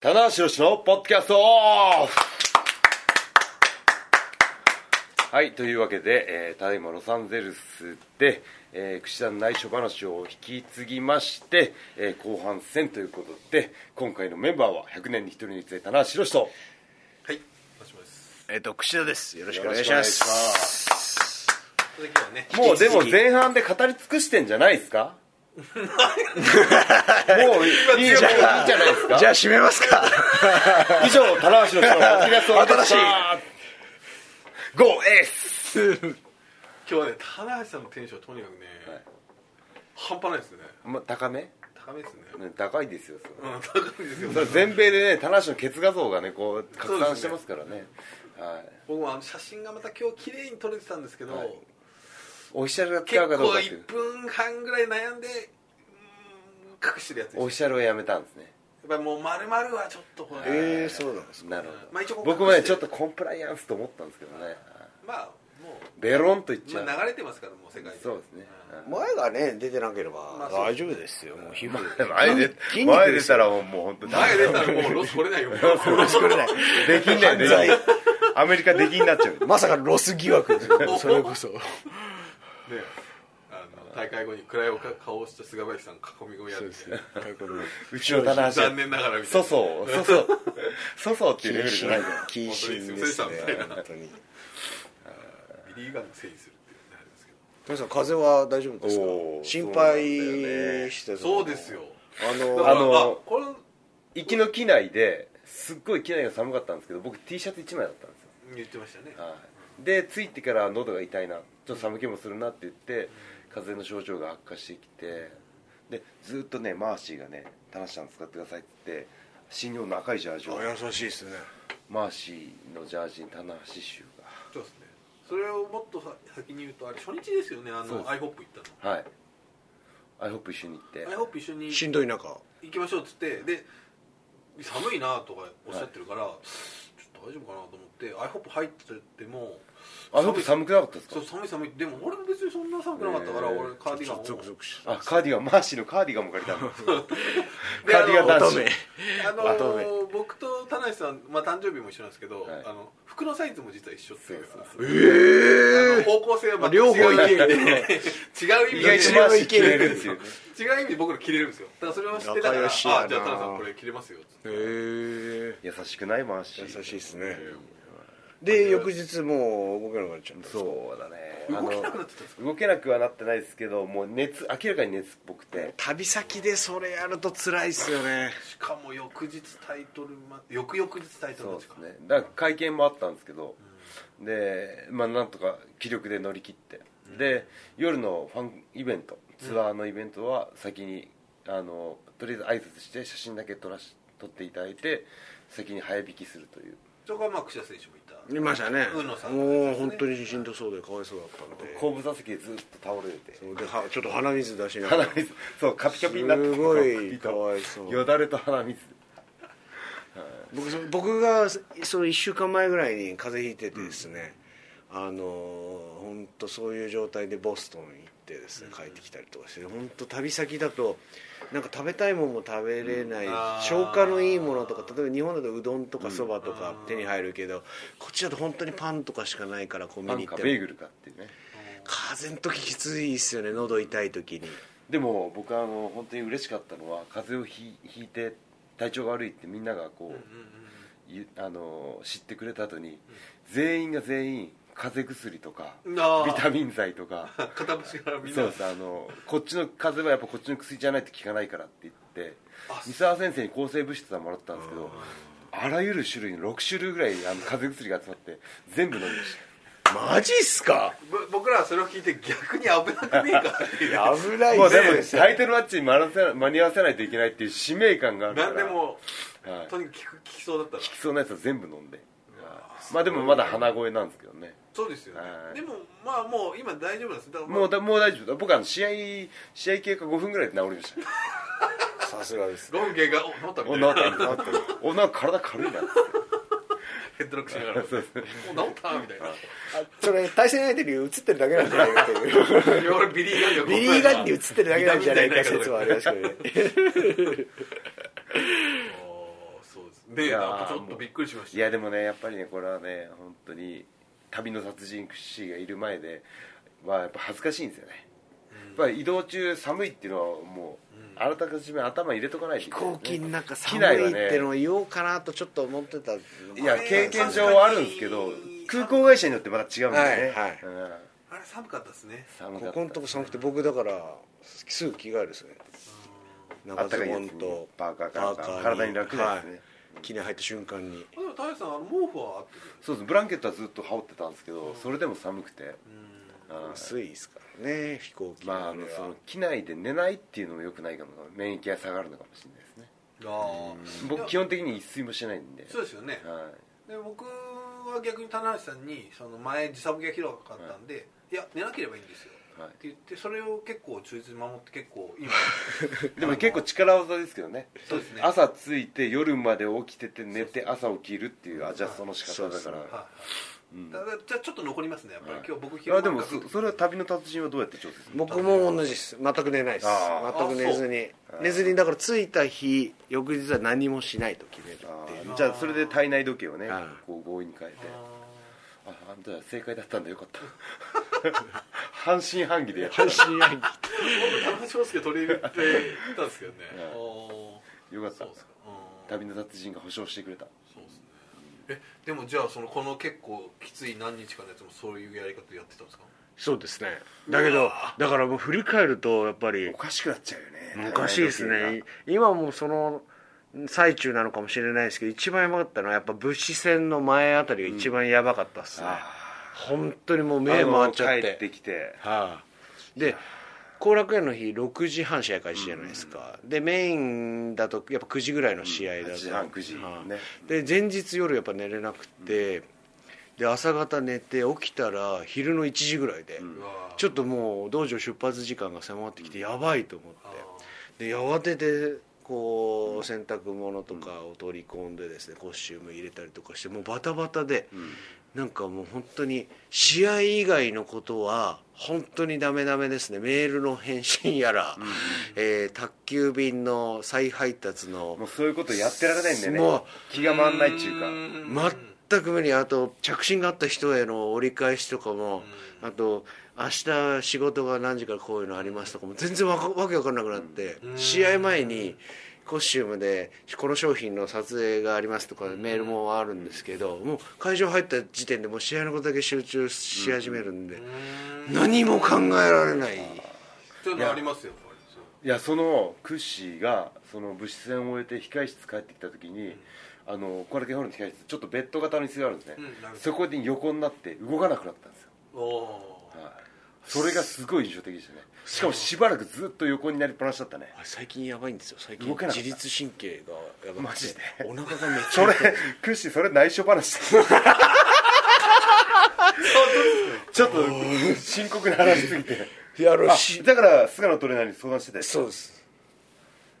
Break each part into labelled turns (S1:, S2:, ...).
S1: 棚橋宏のポッドキャストオフはいというわけで、えーただいまロサンゼルスで、えー、串田の内緒話を引き継ぎまして、えー後半戦ということで今回のメンバーは100年に1人について棚橋宏と
S2: はい私もです
S3: えっ、と串田ですよろしくお願いし
S1: よ
S3: ま
S1: ろしくお願いします
S2: それだけはね
S1: もうでも前半で語り尽くしてんじゃないですかもういいいいじゃないですか
S3: じゃあ締めますか
S1: 以上棚橋の人のポッドキャスト
S3: 新しい
S1: ゴーエース
S2: 今日はね棚橋さんのテンションとにかくね、
S1: はい
S2: 半端ないですね
S1: ま高め
S2: 高めですね
S1: ね高いですよそれ
S2: うん高いですよ
S1: それ全米でね棚橋のケツ画像がねこう拡散してますからねはい
S2: 僕もあの写真がまた今日綺麗に撮れてたんですけど、
S1: はいオフィシャルが
S2: 結
S1: 使う
S2: 構
S1: かどうかっていう
S2: 1分半ぐらい悩んでうーん隠してるやつで
S1: オフィ
S2: し
S1: シャルをやめたんですね
S2: たやっぱりもう丸々はちょっとこれ、
S3: えー、そうなんですか
S1: なるほ
S2: まあ一応
S1: ど
S2: ここ
S1: 僕もね
S2: 隠
S1: ち
S2: して
S1: ょっとコンプライアンスと思ったんですけどね
S2: まあも
S1: ベロンと言っちゃ
S2: う、
S1: う
S2: まあ、流れてますからもう世界に
S1: そうですね
S2: うん
S3: 前がね出てなけれ
S2: ま
S3: ば
S2: あそう
S3: 大丈夫ですよ、もう皮膚
S1: 前出
S3: 筋肉
S1: 前
S3: で
S1: 出
S3: すよ
S1: たらもう本当に
S2: 前出たらもうロス取れ ないよ
S3: 作れない
S1: できんないできんない
S3: 犯
S1: アメリカできんなっちゃう
S3: まさかロス疑惑ですよ それこそ
S2: ねあの大会後に暗いお顔をした菅林さん囲み込みやるみたいな
S1: うちの棚橋
S2: 残念ながらみたい
S1: 粗
S2: な
S1: 相粗相粗相っていうレベルじゃないから
S3: 謹慎
S2: 本
S3: ですね
S2: 当ですよ
S3: 本当に
S2: ビリー・ガンのせいにするっていうのがありますけ
S3: 皆さん風邪は大丈夫ですか
S1: おー
S3: 心
S1: そうなんだよね
S3: 配してた
S2: どそうですよ
S3: あ
S2: だ
S3: の
S2: から
S1: あの
S2: あこれ
S1: 行きの機内ですっごい機内が寒かったんですけど僕 T シャツ1枚だったんですよ
S2: 言ってましたね
S1: はい、で着いてから喉が痛いなちょっと寒気もするなって言って風邪の症状が悪化してきてでずっとねマーシーがね「田中さん使ってください」って言って新日本の赤いジャージを
S3: あ優しいですね
S1: マーシーのジャージに棚橋衆
S2: そうですねそれをもっとさ先に言うとあれ初日ですよねあ
S1: そうで
S2: の
S1: す
S2: アイホップ行った
S1: がはいアイホップ一緒に行って
S2: のアイホップ一緒に
S3: しん
S2: 行
S3: どい中
S2: きましょうっつってで寒いなとかおっしゃってるから、ちょっと大丈夫かなと思ってアイホップ入ってても
S1: アイホップ寒くなかったですか
S2: そう寒い寒いでも俺も別にそんな寒くなかったから
S1: へー
S2: 俺カーディガンを
S3: ゾクゾクし
S1: あカーディガンマーシーのカーディガンも借りたの
S2: で
S1: カーディガン
S2: あ
S1: 男
S2: の
S3: 乙
S1: 子
S3: 女
S2: あの
S3: まとめ
S2: ー、僕と田無さん、まあ、誕生日も一緒なんですけど、
S1: はい
S2: あの服のサイズも実は一緒ってい
S1: そう
S2: う
S1: そう
S2: あの
S3: ええ
S2: 方向性は全く
S3: 両方いけ
S2: 違う
S3: る
S2: 意味で違う意
S1: 意
S2: 味で
S1: 外
S3: 一
S1: と
S3: 番
S1: マーシー着れるっていうね
S2: 違う意味で僕ら着れるんですよだからそれを知ってたからあ
S3: 仲良
S2: じ
S3: し
S2: ゃ
S3: やな
S2: あ田無さんこれ着れますよっつって
S3: え
S1: 優しくないマーシー
S3: 優しいです
S1: ね
S3: ねで翌日もう動けなくなっちゃったう
S1: そうだね
S2: 動けなくなってたんです
S1: あ
S2: か
S1: の動けなくはなってないですけどもう熱明らかに熱っぽくて
S3: 旅先でそれやると辛いっすよね
S2: しかも翌日タイトルま翌々日タイトル
S1: そう
S2: マッ
S1: で
S2: チ
S1: す
S2: か
S1: ねだから会見もあったんですけど、でまあなんとか気力で乗り切って、で夜のファンイベントツアーのイベントは先に、あのとりあえず挨拶して写真だけ撮らし撮っていただいて先に早引きするという
S2: それからまあ櫛田選手もいた
S3: いましたね
S2: 海野さん
S3: もう本当にしんどそうでかわいそうだったんで
S1: 後部座席でずっと倒れてて
S3: そうではちょっと鼻水出しなが
S1: 鼻
S3: ら
S1: 水そうカピカピになってて
S3: すごい
S1: そう首と
S3: かわいそう
S1: よだれと鼻水
S3: 僕そ僕がその1週間前ぐらいに風邪ひいててですね、あのー本当そういう状態でボストン行ってですね帰ってきたりとかして本当旅先だとなんか食べたいもんも食べれない、
S2: うんあー
S3: 消化のいいものとか例えば日本だとうどんとかそばとか
S2: うん
S3: 手に入るけど、こっちだと本当にパンとかしかないからコンビ
S1: パン
S3: ニ行
S1: か
S3: って
S1: ベー
S3: も
S1: グルかっていうね
S3: 風邪の時きついですよね喉痛い時に
S1: でも僕はあの本当に嬉しかったのは風邪をひひいて体調が悪いってみんながこう、
S2: うんうん
S1: ゆあの知ってくれた後に、全員が全員風邪薬とか
S2: うんあ
S1: ビ
S2: ー
S1: タミン剤とか
S2: 片端からみんな
S1: そうですあのこっちの風邪はやっぱこっちの薬じゃないと効かないからって言って
S2: あ
S1: 三沢先生に抗生物質はもらったんですけどあらゆる種類の6種類ぐらいあの風邪薬が集まって全部飲みまし
S3: マジっすか
S2: ぼ僕らはそれを聞いて逆に危なくねえかっていう
S3: 危な
S1: た
S3: い
S1: もうでも
S3: ですよ
S1: タイトルマッチに間に合わせな間に合わせないといけないっていう使命感があるから
S2: 何でも、
S1: はい
S2: とにかく聞く聞きそうだったら
S1: きそうなやつは全部飲んでまあでもまだ鼻声なんですけどね
S2: そうですよね、
S1: はい
S2: でもまあもう今大丈夫なんですだからまあ
S1: もうだもう大丈夫僕あの試合試合経過5分ぐらいで治りました
S3: さすがです
S2: ロン毛がお治ったみ
S1: お
S2: たい
S1: な
S2: なん
S1: かなんかおなんか体軽いな
S2: ヘッドロックしながらお治ったみたいな
S3: それ対戦相手に映ってるだけなんじゃな いかという
S2: いや俺ビリー・ガンには
S3: ビリー・ガンに映ってるだけなんじゃないか説はありますすけどね
S2: そうですで
S1: いやー
S2: なんかちょっとびっくりしまし
S1: い
S2: た
S1: やでもねやっぱりねこれはね本当に旅の殺人師がいる前ではやっぱ恥ずかしいんですよね、やっぱり移動中寒いっていうのはもう、あらたかじめ頭入れとかないとい
S3: 飛
S1: けない、
S3: 行機の中
S1: 機
S3: 寒
S1: 内
S3: い
S1: は
S3: っ
S1: ね
S3: てのを言おうかなとちょっと思ってた
S1: いや
S2: あれ
S1: 経験上はあるんですけど空港会社によってまた違うんだよね、
S3: はいはい
S1: うん
S2: あれ寒かったですね
S1: 寒
S3: こ
S1: かった
S3: このとこ寒くて僕だからすぐ着替えるですね
S1: あ
S3: 長
S1: った
S3: ズ
S1: かいや
S3: ボ
S1: つ
S3: ン
S1: に
S3: と
S1: パーカーから
S3: パーカー
S1: 体に楽なやつね、
S3: はい着に入った瞬間に
S2: でも太陽さんあの毛布はあってる
S1: そうですブランケットはずっと羽織ってたんですけどそれでも寒くて、うん
S3: 薄いですからね飛行機
S1: まああ
S3: あ
S1: の
S3: れは
S1: その機内で寝ないっていうのもよくないかも免疫が下がるのかもしれないですね
S2: ああ
S1: 僕基本的に一睡もしてないんで
S2: そうですよね
S1: は
S2: で僕は逆に棚橋さんにその前時差ボケがひどかったんで、い、や寝なければいいんですよ
S1: い、は
S2: って言ってそれを結構忠実に守って結構今
S1: い、でも結構力技ですけどね
S2: そうですね
S1: 朝着いて夜まで起きてて寝て朝起きるっていうアジャストの仕方だから、
S2: はいはい
S1: うん
S2: だからじゃあちょっと残りますねやっぱり、
S1: はい
S2: 今日僕
S1: いやでも
S2: 昼間
S1: そそれは旅の達人はどうやって調整するの
S3: 僕も同じです全く寝ないです
S1: あ
S3: 全く寝ずに寝ずにだから着いた日翌日は何もしないと決めるって
S1: あ
S3: いう
S1: ーじゃあそれで体内時計をね
S3: はい
S1: こう強引に変えて
S2: あ
S1: ああんたは正解だったんだよかった 半信半疑でやった
S3: 半信半疑
S2: ー僕田中翔介取り入れてたんですけどね
S1: はい
S2: おー
S1: よかった
S2: そうですかうん
S1: 旅の達人が保証してくれた
S2: そうですねえでもじゃあそのこの結構きつい何日かのやつもそういうやり方でやってたんですか
S3: そうですねだけどだからもう振り返るとやっぱり
S1: おかしくなっちゃうよね
S3: おかしいですね今もその最中なのかもしれないですけど一番やばかったのはやっぱ物資戦の前あたりが一番やばかったですね、本当にもう目
S1: 目
S3: 回
S1: 回
S3: っ
S1: っ
S3: ち
S1: ち
S3: ゃ
S1: ゃ
S3: っ
S1: ってて帰ってきて
S3: はい、で後楽園の日6時半試合開始じゃないですか、でメインだとやっぱ9時ぐらいの試合だと、
S1: うん8時半9時
S3: はい
S1: ね
S3: で前日夜やっぱ寝れなくて、で朝方寝て起きたら昼の1時ぐらいで、
S2: うわー
S3: ちょっともう道場出発時間が迫ってきてやばいと思ってで慌ててこう洗濯物とかを取り込んでですねコスチューム入れたりとかしてもうバタバタでなんかもう本当に試合以外のことは本当にダメダメですねメールの返信やらえー宅急便の再配達の
S1: もうそういうことやってられないんだよ
S3: も
S1: ね
S3: う
S1: 気が回んないっていうか
S2: ん
S3: 全く無理あと着信があった人への折り返しとかも、あと明日仕事が何時からこういうのありますとかも全然わかわけわかんなくなって、試合前にコスチュームでこの商品の撮影がありますとかメールもあるんですけど、もう会場入った時点でもう試合のことだけ集中し始めるんで、何も考えられない、
S2: そういうのありますよやっぱりそう
S1: いやそのクッシーがその物質戦を終えて控室帰ってきた時に、あの小原家ホールの控室ちょっとベッド型の椅子があるんですね、
S2: うんなるほど
S1: そこに横になって動かなくなったんですよ、
S2: おー
S1: はい、それがすごい印象的でしたねしかもしばらくずっと横になりっぱなしだったね
S3: 最近やばいんですよ最近
S1: 動けなか
S3: 自
S1: った
S3: 律神経がやばくて
S1: マジで
S3: お腹がめっち
S1: そ
S3: ゃ
S1: れクッシーそれ内緒話ちょっと深刻な話すぎて
S3: いやあの
S1: あ
S3: し
S1: だから菅野トレーナーに相談してたよ
S3: そうです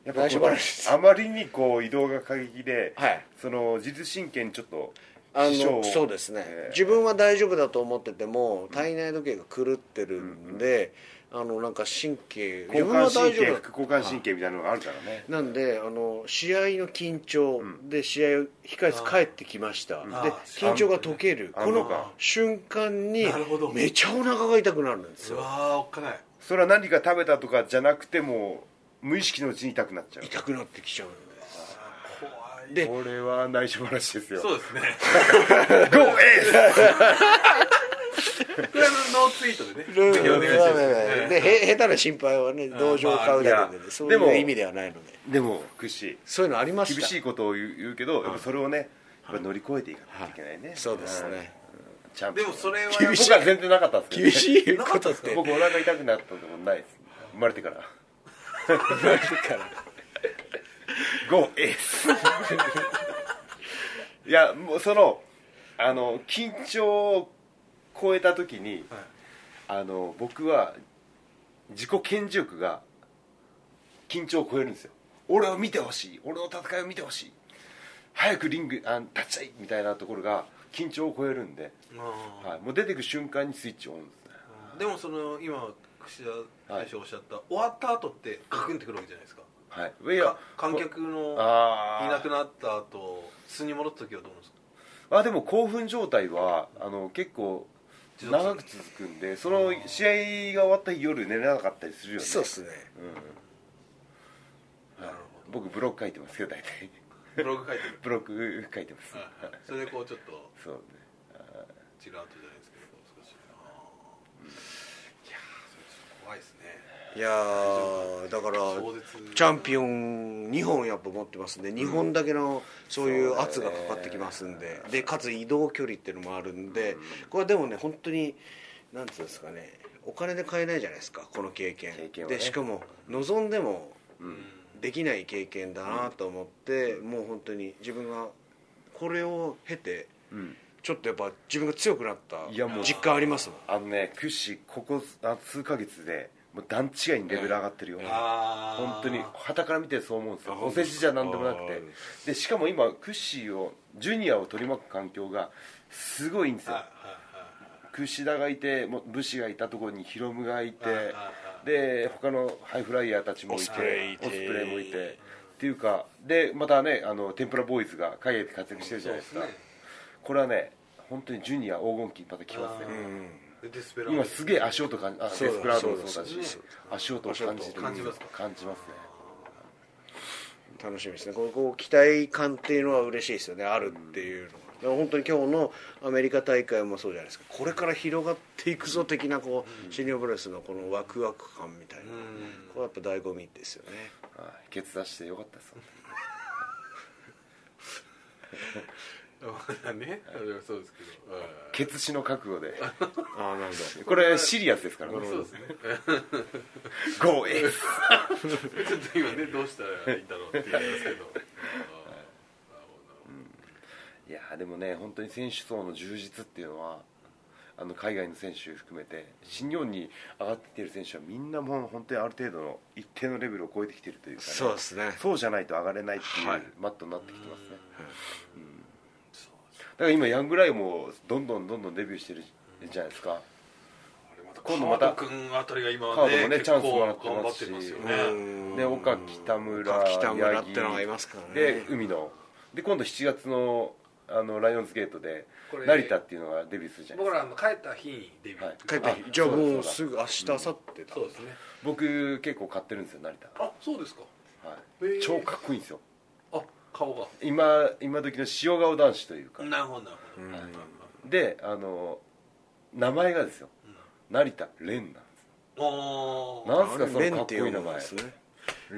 S1: やっぱこう
S3: 内緒話です
S1: あまりにこう移動が過激で、
S3: はい
S1: その自律神経にちょっと
S3: あ
S1: 支障
S3: の
S1: を
S3: そうですね、
S1: えー
S3: 自分は大丈夫だと思ってても体内時計が狂ってるんで、あのなんか神経自
S1: 交
S3: 分は
S1: 感
S3: 大
S1: 神
S3: 丈
S1: 経
S3: 夫だ
S1: 副交感神経みたいなのがあるからね
S3: なんであの試合の緊張で試合を控え室帰ってきました、
S2: あ
S3: で
S2: ー
S3: 緊張が解ける
S1: あ
S3: この
S1: あ
S3: 瞬間に
S2: なるほど
S3: めちゃお腹が痛くなるんです
S2: う
S3: よ
S2: わーおっかない
S1: それは何か食べたとかじゃなくても無意識のうちに痛くなっちゃう
S3: 痛くなってきちゃうんです
S2: 怖い
S3: で
S1: これは内緒話ですよ
S2: そうですね
S1: ゴーエース
S2: これはノーツイートでねぜひお願いしますね
S3: でへ下手な心配はね同情を買うだけで、ね
S1: まあ
S3: そう
S1: で
S3: い
S1: も
S3: う意味ではないので
S1: でも屈
S3: そういうのありまし
S1: 指
S3: た
S1: 厳しいことを言う言うけどやっぱそれをねやっぱ乗り越えていかないといけないね、
S3: そうですね
S1: うんチャンピ
S2: で
S1: オン
S2: もそれは
S1: 厳しい僕は全然なかったんですけど、ね、
S3: 厳しいことって
S1: 僕お腹痛くなったことないです生まれてから生まれてからゴーエースいやもうそのあの緊張を超えた時に、
S2: はい
S1: あの僕は自己顕示欲が緊張を超えるんですよ俺を見てほしい俺の戦いを見てほしい早くリングあ立ちたいみたいなところが緊張を超えるんで、
S2: あ
S1: はい、もう出てく瞬間にスイッチオンですね
S2: ーでもその今串田大将おっしゃった終わった後ってガクンってくるわけじゃないですか
S1: はい、いや
S2: か観客の
S1: あー
S2: いなくなった後質に戻った時はどうなんですか
S1: あでも興奮状態はあの結構長く続くんでその試合が終わった日夜寝れなかったりするよね
S3: そうですね
S2: なるほ
S1: 僕ブロック書いてますけど大体
S2: どブログ書いてる
S1: ブロック書いてます、
S2: はいはいそれでこうちょっと
S1: そうね
S2: チルアウトじゃないですけど少しあーいやーそれちょっと怖いですね
S3: いやーだから
S2: 壮絶
S3: チャンピオン2本やっぱ持ってますんで2本だけのそういう圧がかかってきますんででかつ移動距離っていうのもあるんでこれはでもね本当になんていうんですかねお金で買えないじゃないですかこの経験
S1: 経験はね
S3: でしかも望んでも
S1: うん
S3: できない経験だなと思ってもう本当に自分がこれを経て
S1: うん
S3: ちょっとやっぱ自分が強くなった
S1: いやもう
S3: 実感ありますもん
S1: あのねクッシーここあ数ヶ月でもう段違いにレベル上がってるよ、
S2: あー
S1: 本当に旗から見てそう思うんですよ
S3: あ
S1: お世辞じゃ何でもなく
S3: あ
S1: てでしかも今クッシーをジュニアを取り巻く環境がすごいんですよ
S2: はいはい
S1: 櫛田がいてもう武士がいたところにヒロムがいて
S2: はいはいはい
S1: で他のハイフライヤーたちもいて
S3: オスプレイいて
S1: オスプレイもいてっていうかでまたねあの天ぷらボーイズが海外で活躍してるじゃないですか
S2: そうですね
S1: これはね本当にジュニア黄金期また来ますね
S2: あーでデスペラード
S1: 今すげえ足音感じあデ
S3: そうだ
S1: スプラードもそうだ
S3: そうだ
S1: し
S3: そうだ
S1: 足音を感じてる
S2: 感じますか
S1: 感じますね
S3: 楽しみですねこうこう期待感っていうのは嬉しいですよねあるっていうのは、だから本当に今日のアメリカ大会もそうじゃないですかこれから広がっていくぞ的なこう、シニアブレスのこのワクワク感みたい
S2: う
S3: な、
S2: ん
S3: これはやっぱ醍醐味ですよね
S1: はいケツ出してよかったです
S2: まあ ねそれはそうですけどはい
S1: ケツ死の覚悟で
S3: ああなるほ
S1: これシリアスですからね
S2: そうですね
S1: ゴーエース
S2: ちょっと今ねどうしたらいいんだろうって言いますけど
S1: いやーでもね本当に選手層の充実っていうのはあの海外の選手含めて新日本に上がってきてる選手はみんなもう本当にある程度の一定のレベルを超えてきてるというか、ね、
S3: そうですね
S1: そうじゃないと上がれないっていう、
S3: はい
S1: マットになってきてますね、
S2: そう
S1: だから今ヤングライオンもどんどんどんどんデビューしてるじゃないですか、
S2: あれまた
S1: 今度また
S2: カード君あたりが今
S1: カード
S2: ね
S1: もね
S2: 結
S1: チャンスも
S2: 構
S1: らって
S2: 頑張
S1: ま
S2: っ
S1: す
S2: て
S1: し
S2: ますよね
S3: うん
S1: で岡北村
S3: 岡北村
S1: 八木
S3: ってのがいますからね
S1: で海野で今度7月のあのライオンズゲートで
S2: これ
S1: 成田っていうのがデビューするじゃないです
S2: 僕
S1: から
S2: あの帰った日にデビュー、
S1: はい
S3: ど帰った日
S1: あ
S3: じゃあ
S1: そうだ
S3: もうすぐ明日明後日だ、
S2: そうですね
S1: 僕結構買ってるんですよ成田
S2: あそうですか
S1: はい
S2: へー
S1: 超かっこいいんですよ
S2: あ顔が
S1: 今今時の塩顔男子というか
S2: なるほどなるほど、
S3: うん
S2: はいはいはい
S1: であの名前がですよ成田蓮なんです
S2: おー
S1: なんすかその
S3: レン
S1: か
S3: っ
S1: ってこ
S3: て
S1: い
S3: い
S1: いう名
S3: のが
S1: 前
S3: ですね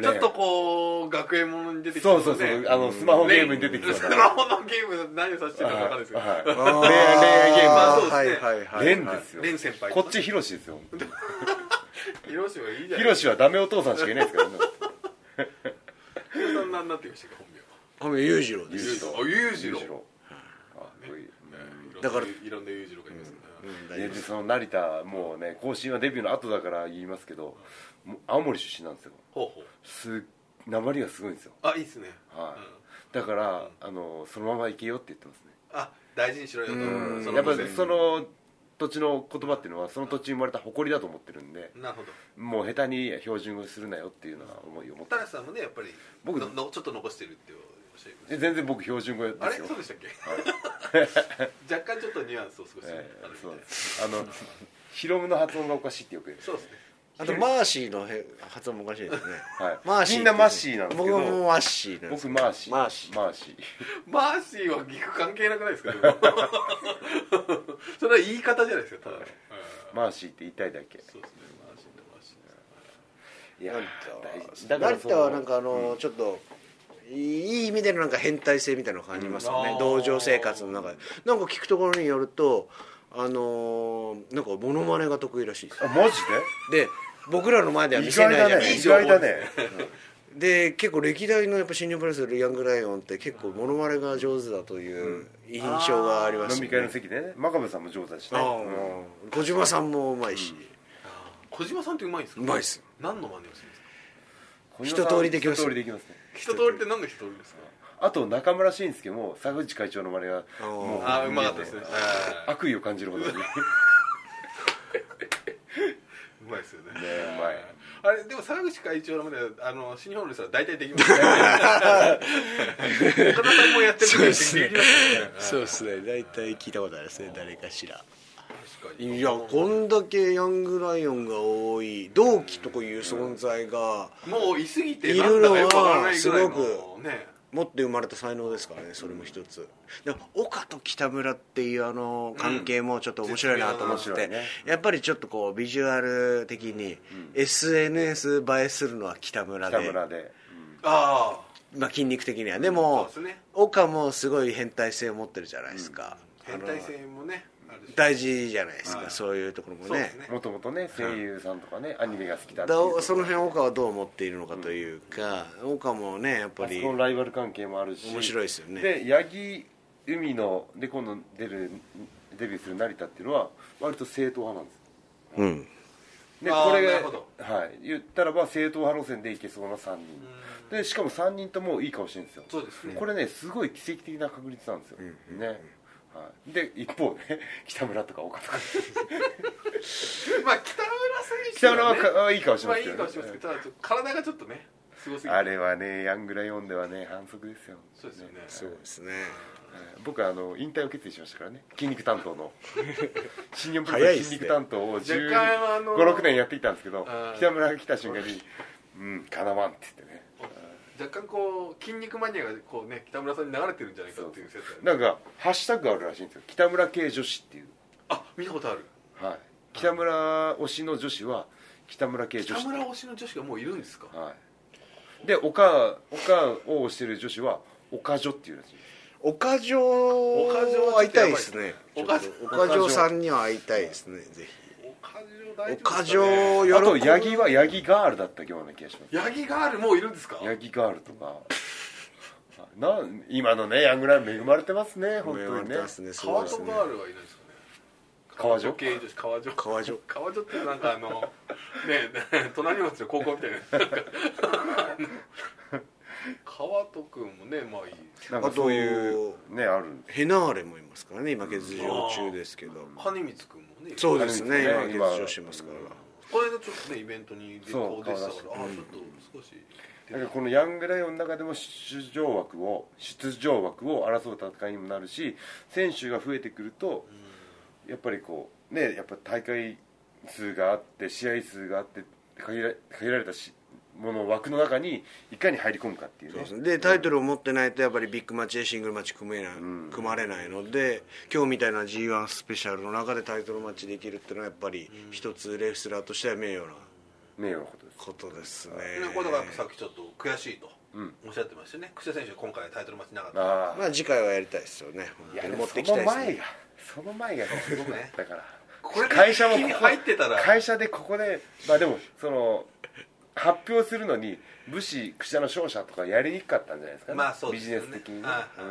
S2: ちょっとこう学園ものに出てきて
S1: そ
S2: ま
S1: う
S2: す
S1: そ
S2: ね
S1: うそうあのスマホゲームに出てきた
S2: ス
S1: か
S2: マ
S1: ら
S2: ホのゲームで何をさせてるか分かんないですけど、
S1: はい
S3: あー
S1: 恋愛ゲーム
S2: まあそうですね
S3: はいはいはい
S1: レンですよ
S2: レン先輩
S1: こっちヒロシですよ
S2: 広島いいじ
S1: ヒ
S2: ゃないで
S1: ロ
S2: す
S1: シはダメお父さんしかいないですからね
S2: か広島さん何になってましたか本名は
S3: 雨裕次郎で
S1: 裕
S3: す
S1: 次郎
S2: あ裕次郎
S1: 裕次郎かっこいい
S2: うん
S3: だから
S2: いろんないろんな裕次郎がいますね、
S3: うん大
S1: いやで
S3: 丈夫です
S1: その成田もうね更新はデビューの後だから言いますけどもう青森出身なんですよ
S2: ほうほう
S1: す鉛がすごいんですよ
S2: あいいっすね、
S1: はい
S2: うん
S1: だから、あのそのまま行けよって言ってますね
S2: あ大事にしろよと
S3: うん
S2: そ
S1: や
S2: の
S1: っぱ
S2: 分
S1: りその土地の言葉っていうのはその土地に生まれた誇りだと思ってるんで
S2: なるほど
S1: もう下手に標準語するなよっていうのは思いを持って
S2: 田
S1: る
S2: 中さんもねやっぱり
S1: 僕
S2: ののちょっと残してるっておっしゃいま
S1: え
S2: した
S1: 全然僕標準語で
S2: あれ
S1: すよ
S2: そうでしたっけ 若干ちょっとニュアンスを少し、
S1: ええ
S2: あるみたい
S1: そう
S2: な
S1: ですあのヒロムの発音がおかしいってよく言う
S2: そうですね
S3: あとマーシーのへ発音もおかしいですね
S1: はい
S3: マーシー
S1: み
S3: って
S1: んなマッシーなんですけど
S3: 僕もマッシーなんです
S1: 僕マーシー
S3: マーシー
S1: マーシ
S2: マーシーはギク関係なくないですかでも それは言い方じゃないですかただの、
S1: ーマーシーって言いたいだけ
S2: そうですねマーシーとマーシー
S1: いや
S3: 成
S1: 大事
S3: 田
S1: だ
S3: は
S1: から
S3: 成
S1: そ
S3: 田
S1: の
S3: はなんかあの、ちょっといい意味でのなんか変態性みたいなのを感じますよね、
S2: うん
S3: 同情生活の中でなんか聞くところによるとあのーなんかモノマネが得意らしいです
S1: あマジ
S3: で僕らの前では
S1: で
S3: 見
S1: 意
S3: せ
S1: 外
S3: ないじゃ
S1: だ
S3: ない
S1: ね意
S3: ですか
S1: 外だね
S3: で結構歴代のやっぱ新日本プロレスのヤングライオンって結構モノマネが上手だという印象があります
S1: 飲み会の席でね真壁さんも上手だしね
S3: ああ
S1: うん
S3: 小島さんもうまいし、
S2: 小島さんってうまいんですか
S3: うまいっす
S2: 何の真似をするんですか
S3: 一通りできます
S1: 一通りできますね
S2: 一通りって何の一通りですか
S1: あと中村慎介も佐口会長の真似が
S3: ああ
S1: もう
S2: ああうまかったですねあ
S1: 悪意を感じるほどにね
S2: うまいですよね
S1: えうまい
S2: あれでも沢口会長のまであの新日本の人は大体できますね 岡田さんもやってる
S3: そ
S2: か
S3: う
S2: ら
S3: で
S2: できます
S3: す
S2: よ
S3: ね
S2: ね
S3: そうですね大体聞いたことあるですね誰かしら
S2: 確かに
S3: いやこんだけヤングライオンが多い同期とかいう存在が
S2: もういすぎて
S3: い
S2: な
S3: る
S2: んだか
S3: のは
S2: よくわからないぐらいの
S3: すご
S2: ね
S3: 持って生まれた才能ですからねそれも一つで岡と北村っていうあの関係もちょっと面白いなと思って、
S1: うん絶妙な面白いね
S3: やっぱりちょっとこうビジュアル的に SNS 映えするのは北村で
S1: 北村で、
S2: ああ
S3: まあ、筋肉的にはでも
S2: そうですね
S3: 岡もすごい変態性を持ってるじゃないですか、
S2: 変態性もねあるし
S3: 大事じゃないですか、
S2: はい
S3: そういうところも
S2: そうで
S3: ね
S2: すね
S1: もともとね声優さんとかね、アニメが好きだ
S3: だ
S1: っていうところ
S3: その辺岡はどう思っているのかというか、岡もねやっぱ
S1: あそ
S3: り
S1: このライバル関係もあるし
S3: 面白いですよね
S1: で八木海ので今度出るデビューする成田っていうのは割と正統派なんです
S3: うん
S1: で
S2: あー
S1: これ
S2: なるほど
S1: はい、言ったらば正統派路線でいけそうな3人でしかも3人ともいい顔してるんですよ
S2: そうですね
S1: これねすごい奇跡的な確率なんですよ、ね、はい、で 一方ね北村とか岡と か
S2: まあ北村選手
S1: 北村は
S2: ね
S1: かいい顔して
S2: ま
S1: ま
S2: あ
S1: す
S2: いい
S1: けど
S2: かも
S1: ね
S2: しれないですけどただちょっと体がちょっとねすごすぎて
S1: あれはねヤングライオンではね反則ですよ
S2: そうですよね
S3: そうですね
S1: えー僕はあの引退を決意しましたからね筋肉担当 の新日本プロ
S3: 早
S1: レス
S3: いっすね
S1: 筋肉担当を1
S2: 若干あの
S1: 5 6年やってきたんですけど
S2: あー
S1: 北村が来た瞬間に「うんかなわん」って言ってね
S2: 若干こう筋肉マニアがこうね北村さんに流れてるんじゃないかっていう説ある
S1: なんかハッシュタグがあるらしいんですよ北村系女子っていう、
S2: あ見たことある
S1: はい、北村推しの女子は北村系女
S2: 北
S1: 子
S2: 村推しの女子がもういるんですか
S1: はい、でおかおかを推してる女子はおか女っていうらしいです
S3: 岡城は会いたいですね
S2: 岡城
S3: ちょっと岡城さんには会いたいですねぜひ
S2: 岡城大丈夫です
S3: 岡
S2: か
S3: 城
S2: ね
S1: あと
S3: 喜ぶ
S1: 八木は八木ガールだったような気がします
S2: ヤギガールもういるんですか
S1: ヤギガールとかなん今のねヤングライオン恵まれてますね本
S3: 目
S1: 当
S3: 割
S1: に
S3: れ
S1: ね
S3: たっすねすごい
S2: 川
S3: です
S2: 戸
S3: ね
S2: ガールはいないですかね
S1: 川女
S2: 系女子川女
S3: 川女
S2: 川女ってなんかあのねえ隣町の高校みたいななんかあの川戸君もねまあいい
S1: なんかそういうねあるんで
S3: ヘナーレもいますからね今欠場中ですけど
S2: 金光君もね
S3: そう
S2: で
S3: ですね
S1: ね
S3: 今欠
S1: 今
S3: 場してますから
S2: これでちょっとねイベントに出
S1: そう
S2: こう出てたからあ
S1: 顔
S2: あ
S1: 出
S2: ち
S1: し
S2: ょっと少し
S1: すだからこのヤングライオンの中でも出場枠を出場枠を争う戦いにもなるし選手が増えてくるとやっぱりこうねやっぱ大会数があって試合数があって限ら限られたしもの枠の中にいかに入り込むかっていうね
S3: でタイトルを持ってないとやっぱりビッグマッチでシングルマッチ組めない組まれないので今日みたいな g 1スペシャルの中でタイトルマッチできるっていうのはやっぱり一つレスラーとしては名誉な
S1: 名誉なことです
S3: ことですね
S2: でこれだからさっきちょっと悔しいとおっしゃってましたよね櫛田選手は今回タイトルマッチなかった
S1: あ
S3: まあ次回はやりたいですよね
S1: あいやで
S3: 持
S1: も
S3: っ
S1: そ
S3: ていきた
S1: の
S3: いです
S1: 前
S3: ね
S1: がその前がすごくねだから
S2: これで
S1: 会社も
S2: 一気に入ってたら
S1: 会社でここでまあでもその発表するのに武士櫛田の勝者とかやりにくかったんじゃないですかね、
S2: まあそうで
S1: ビジ
S2: す
S1: ネ
S2: よ
S1: ス
S2: ね
S1: 的にね
S2: あああ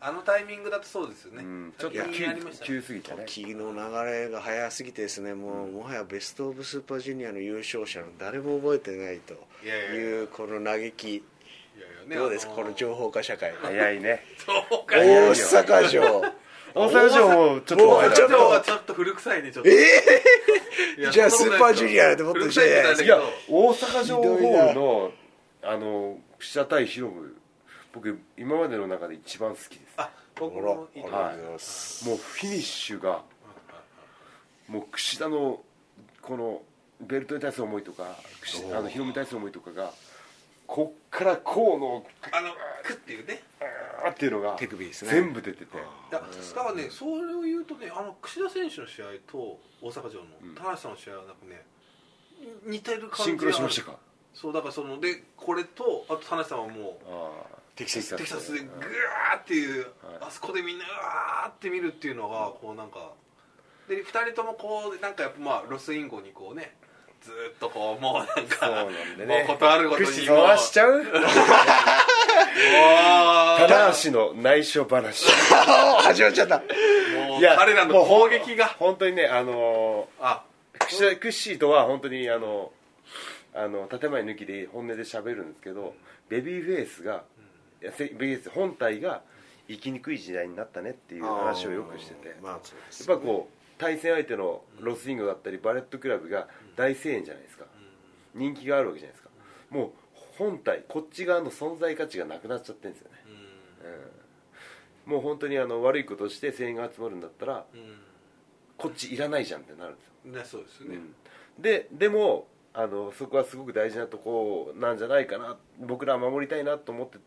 S2: ああのタイミングだとそうですよね、
S1: うん、ちょっと
S2: 先に
S1: 急
S2: やりましたね
S1: 急すぎたね
S3: 時の流れが早すぎてですねもう、もはやベスト・オブ・スーパージュニアの優勝者の誰も覚えてないと
S2: いやいやいや
S3: いうこの嘆き
S2: いやいやね
S3: どうです
S2: あ
S3: か
S2: の
S3: この情報化社会
S1: 早いね
S2: そうか
S3: 大阪城
S1: 大阪城もちょっと
S3: 大阪
S1: 前
S2: ちょっ
S1: だ
S2: とちょっと古臭いねちょっとええ
S3: じゃあスーパージュニアだと思ってる
S2: 古
S3: じ
S2: 臭
S3: ゃ
S2: い
S3: ん
S2: ってなんだ
S1: い
S2: け
S1: や
S2: ど
S1: 大阪城ホールのあの櫛田対広夢僕今までの中で一番好きです
S2: あ僕
S3: ほら
S2: もいいと
S3: あ
S2: 思う
S3: りがとうございます
S1: もうフィニッシュがもう櫛田のこのベルトに対する思いとか櫛あのヒロミに対する思いとかがこっからこうの
S2: あのクッっていうね
S1: あーっていうのが
S3: 手首ですね
S1: 全部出てて
S2: いやだからねそれを言うとねあの櫛田選手の試合と大阪城の田橋さんの試合はなんかね似てる感じがある
S1: シンクロしましたか
S2: そうだからそのでこれとあと田橋さんはもう
S1: テキサス
S2: テキサスでグ
S1: うん
S2: ワーっていう、あそこでみんなうわーって見るっていうのがこうなんかで2人ともこうなんかやっぱまあロスインゴにこうねずーっとこうもうなん
S1: そう
S2: か
S1: なんでね
S2: もう断るごとに
S1: 櫛沢しちゃう
S2: ゃ
S1: 棚橋の内緒話
S3: あ始まっちゃった
S2: もう
S1: いや
S2: 彼らの攻撃が
S1: 本当にねあの
S2: あ
S1: クシクッシーとは本当にあのあの建前抜きで本音で喋るんですけどベビーフェイスが、いやせベビーフェイス本体が生きにくい時代になったねっていう話をよくしてて
S3: あーまあそうです
S1: やっぱこう対戦相手のロスイングだったりバレットクラブが大声援じゃないですか、人気があるわけじゃないですかもう本体こっち側の存在価値がなくなっちゃってるんですよね、うん、もう本当にあの悪いことして声援が集まるんだったらこっちいらないじゃんってなるんですよ
S2: うんねそうですね、
S1: うんででもあのそこはすごく大事なとこなんじゃないかな僕らは守りたいなと思って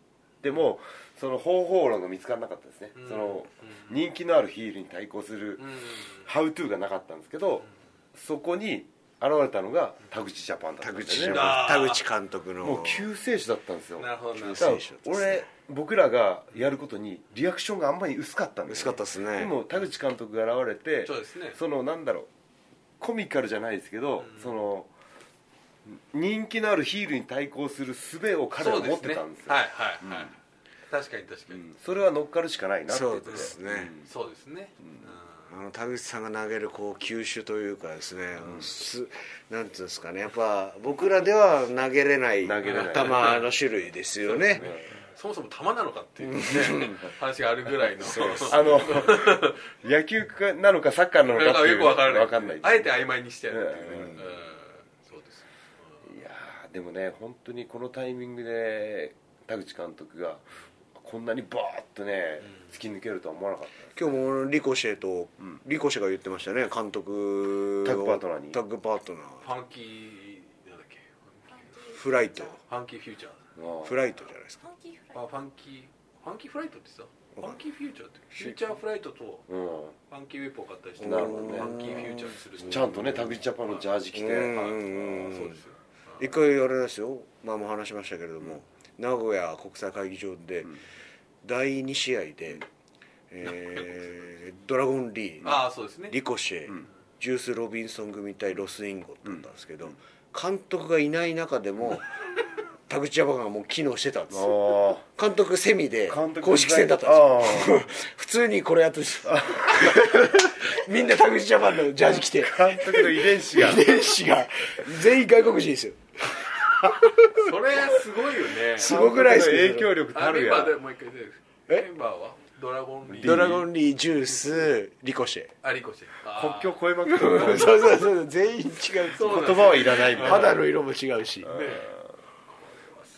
S1: てもその方法論が見つからなかったですね、
S2: うん
S1: その
S2: うん
S1: 人気のあるヒールに対抗する
S2: うん
S1: ハウトゥーがなかったんですけど、そこに現れたのが田口ジャパンだった
S3: 田
S1: んで
S3: 口
S1: すよ
S3: ジャ
S1: ね
S3: パン田口監督の
S1: もう救世主だったんですよ
S2: なるほどなる
S1: だ
S2: ほ
S1: から
S3: 選手だったですね
S1: 俺僕らがやることにリアクションがあんまり薄かったんです
S3: 薄かったですね
S1: でも田口監督が現れて
S2: そうですね
S1: そのなんだろうコミカルじゃないですけど、
S2: うん
S1: その人気のあるヒールに対抗する術を
S2: ど
S1: 彼は
S2: そう
S1: 持
S2: で
S1: っ
S2: す
S1: て
S2: ね
S1: たんですよ
S2: はいはいはい確かに確か
S1: う
S2: に
S1: んそれは乗っかるしかないなって
S3: そうですね
S2: そうですね
S3: あの田口さんが投げるこう球種というかですね、すなんていうんですかねやっぱ僕らでは投げれない
S1: 投げれない
S3: 球の種類ですよね
S2: そもそも玉なのかっていうね話があるぐらいの
S1: うんあの野球かなのかサッカーなの
S2: な
S1: かって
S2: んか
S1: いう
S2: よくわからない
S1: わかんないです
S2: あえて曖昧にしてやるっていうね
S1: うん
S2: うんそうです
S1: いやーでもね本当にこのタイミングで田口監督がこんなにバーッとね突き抜けるとは思わなかったです
S3: 今日もリコシェと、リコシェが言ってましたね監督を
S1: タッグパートナーに
S3: タッグパートナー
S2: ファンキーなんだっけ
S3: フライト
S2: ファンキーフューチャー
S1: ああ
S3: フライトじゃないですか
S4: ファンキーフライ
S2: あファンキーファンキーフライトってさファンキーフューチャーってフューチャーフライトと
S1: う
S2: ファンキーウェポン買ったりして
S1: なるほどね
S2: ファンキーフューチャーにする人
S1: ん、ちゃんとね田口ジャパンのジャージ着て、
S3: うん
S2: はい
S3: うん
S2: そうですよ
S3: 一回あれですよ前も話しましたけれども、名古屋国際会議場で、第2試合で、えードラゴンリー
S2: ああそうですね
S3: リコシェ、ジュース・ロビンソン組対ロス・インゴだったんですけど、監督がいない中でも田口ジャパンがもう機能してたんですよ
S1: ああ
S3: 監督セミで
S1: 監督
S3: 公式戦だったんですよ
S1: あ
S3: 普通にこれやってるんですよ みんな田口ジャパンのジャージ着て
S1: 監督の遺伝子 が
S3: 遺伝子が全員外国人ですよ
S2: それすごいよね
S3: すごくないですか
S1: 影響力
S2: あ
S1: たる
S2: メン
S1: や
S2: バ
S1: ん
S2: ーでもう一回出てくる
S3: え
S2: メンバーはドラゴンリー
S3: ドラゴンリージュースリコシェ
S2: あリコシェ
S1: 国
S2: あー
S1: 境越えまくってる
S3: そうそうそう全員違う
S2: そうなんだ
S1: 言葉はいらないみたいな
S3: 肌の色も違うし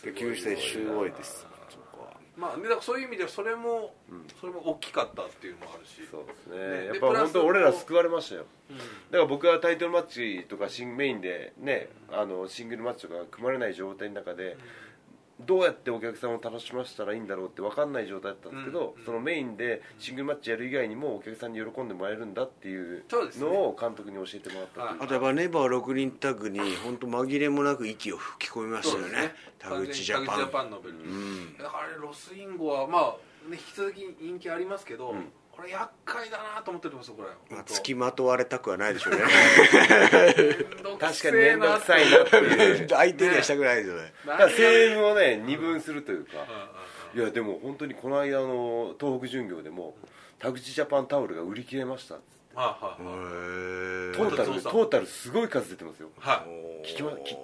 S2: すごい
S3: 救世主多いですそこは
S2: まあねだからそういう意味ではそれもそれも大きかったっていうのもあるし
S1: そうです
S2: ね
S1: ねやっ
S2: で
S1: ぱ
S2: プラス
S1: 本当俺ら救われましたよ
S2: うん
S1: だから僕はタイトルマッチとかシンメインでねあのシングルマッチとか組まれない状態の中でどうやってお客さんを楽しませたらいいんだろうって分かんない状態だったんですけど
S2: うん
S1: そのメインでシングルマッチやる以外にもお客さんに喜んでもらえるんだっていう
S2: そうですね
S1: のを監督に教えてもらったという
S2: は
S3: あとやっぱネバー6人タッグに本当紛れもなく息を吹き込みました
S2: そう
S3: よ
S2: で
S3: ね
S2: すね
S3: 田口ジャパン
S2: 田口のベルギーだからあれロスインゴはまあね引き続き人気ありますけどこれ厄介だなと思ってると思いますよこれ
S3: まあ、付きまとわれたくはないでしょうね
S1: 確かに面倒くさ
S2: い
S1: いなって いう
S3: 相手にはしたくないですよね
S1: だから声援をね二分するというかいやでも本当にこの間の東北巡業でも田口ジャパンタオルが売り切れました
S2: はあはあ
S3: へ
S2: は
S1: ト
S3: ー
S1: ータ
S2: 本当そう
S1: ル
S2: そ
S1: ト
S2: う
S1: ータルすごい数出てますよ
S2: あはい
S1: 聞きま聞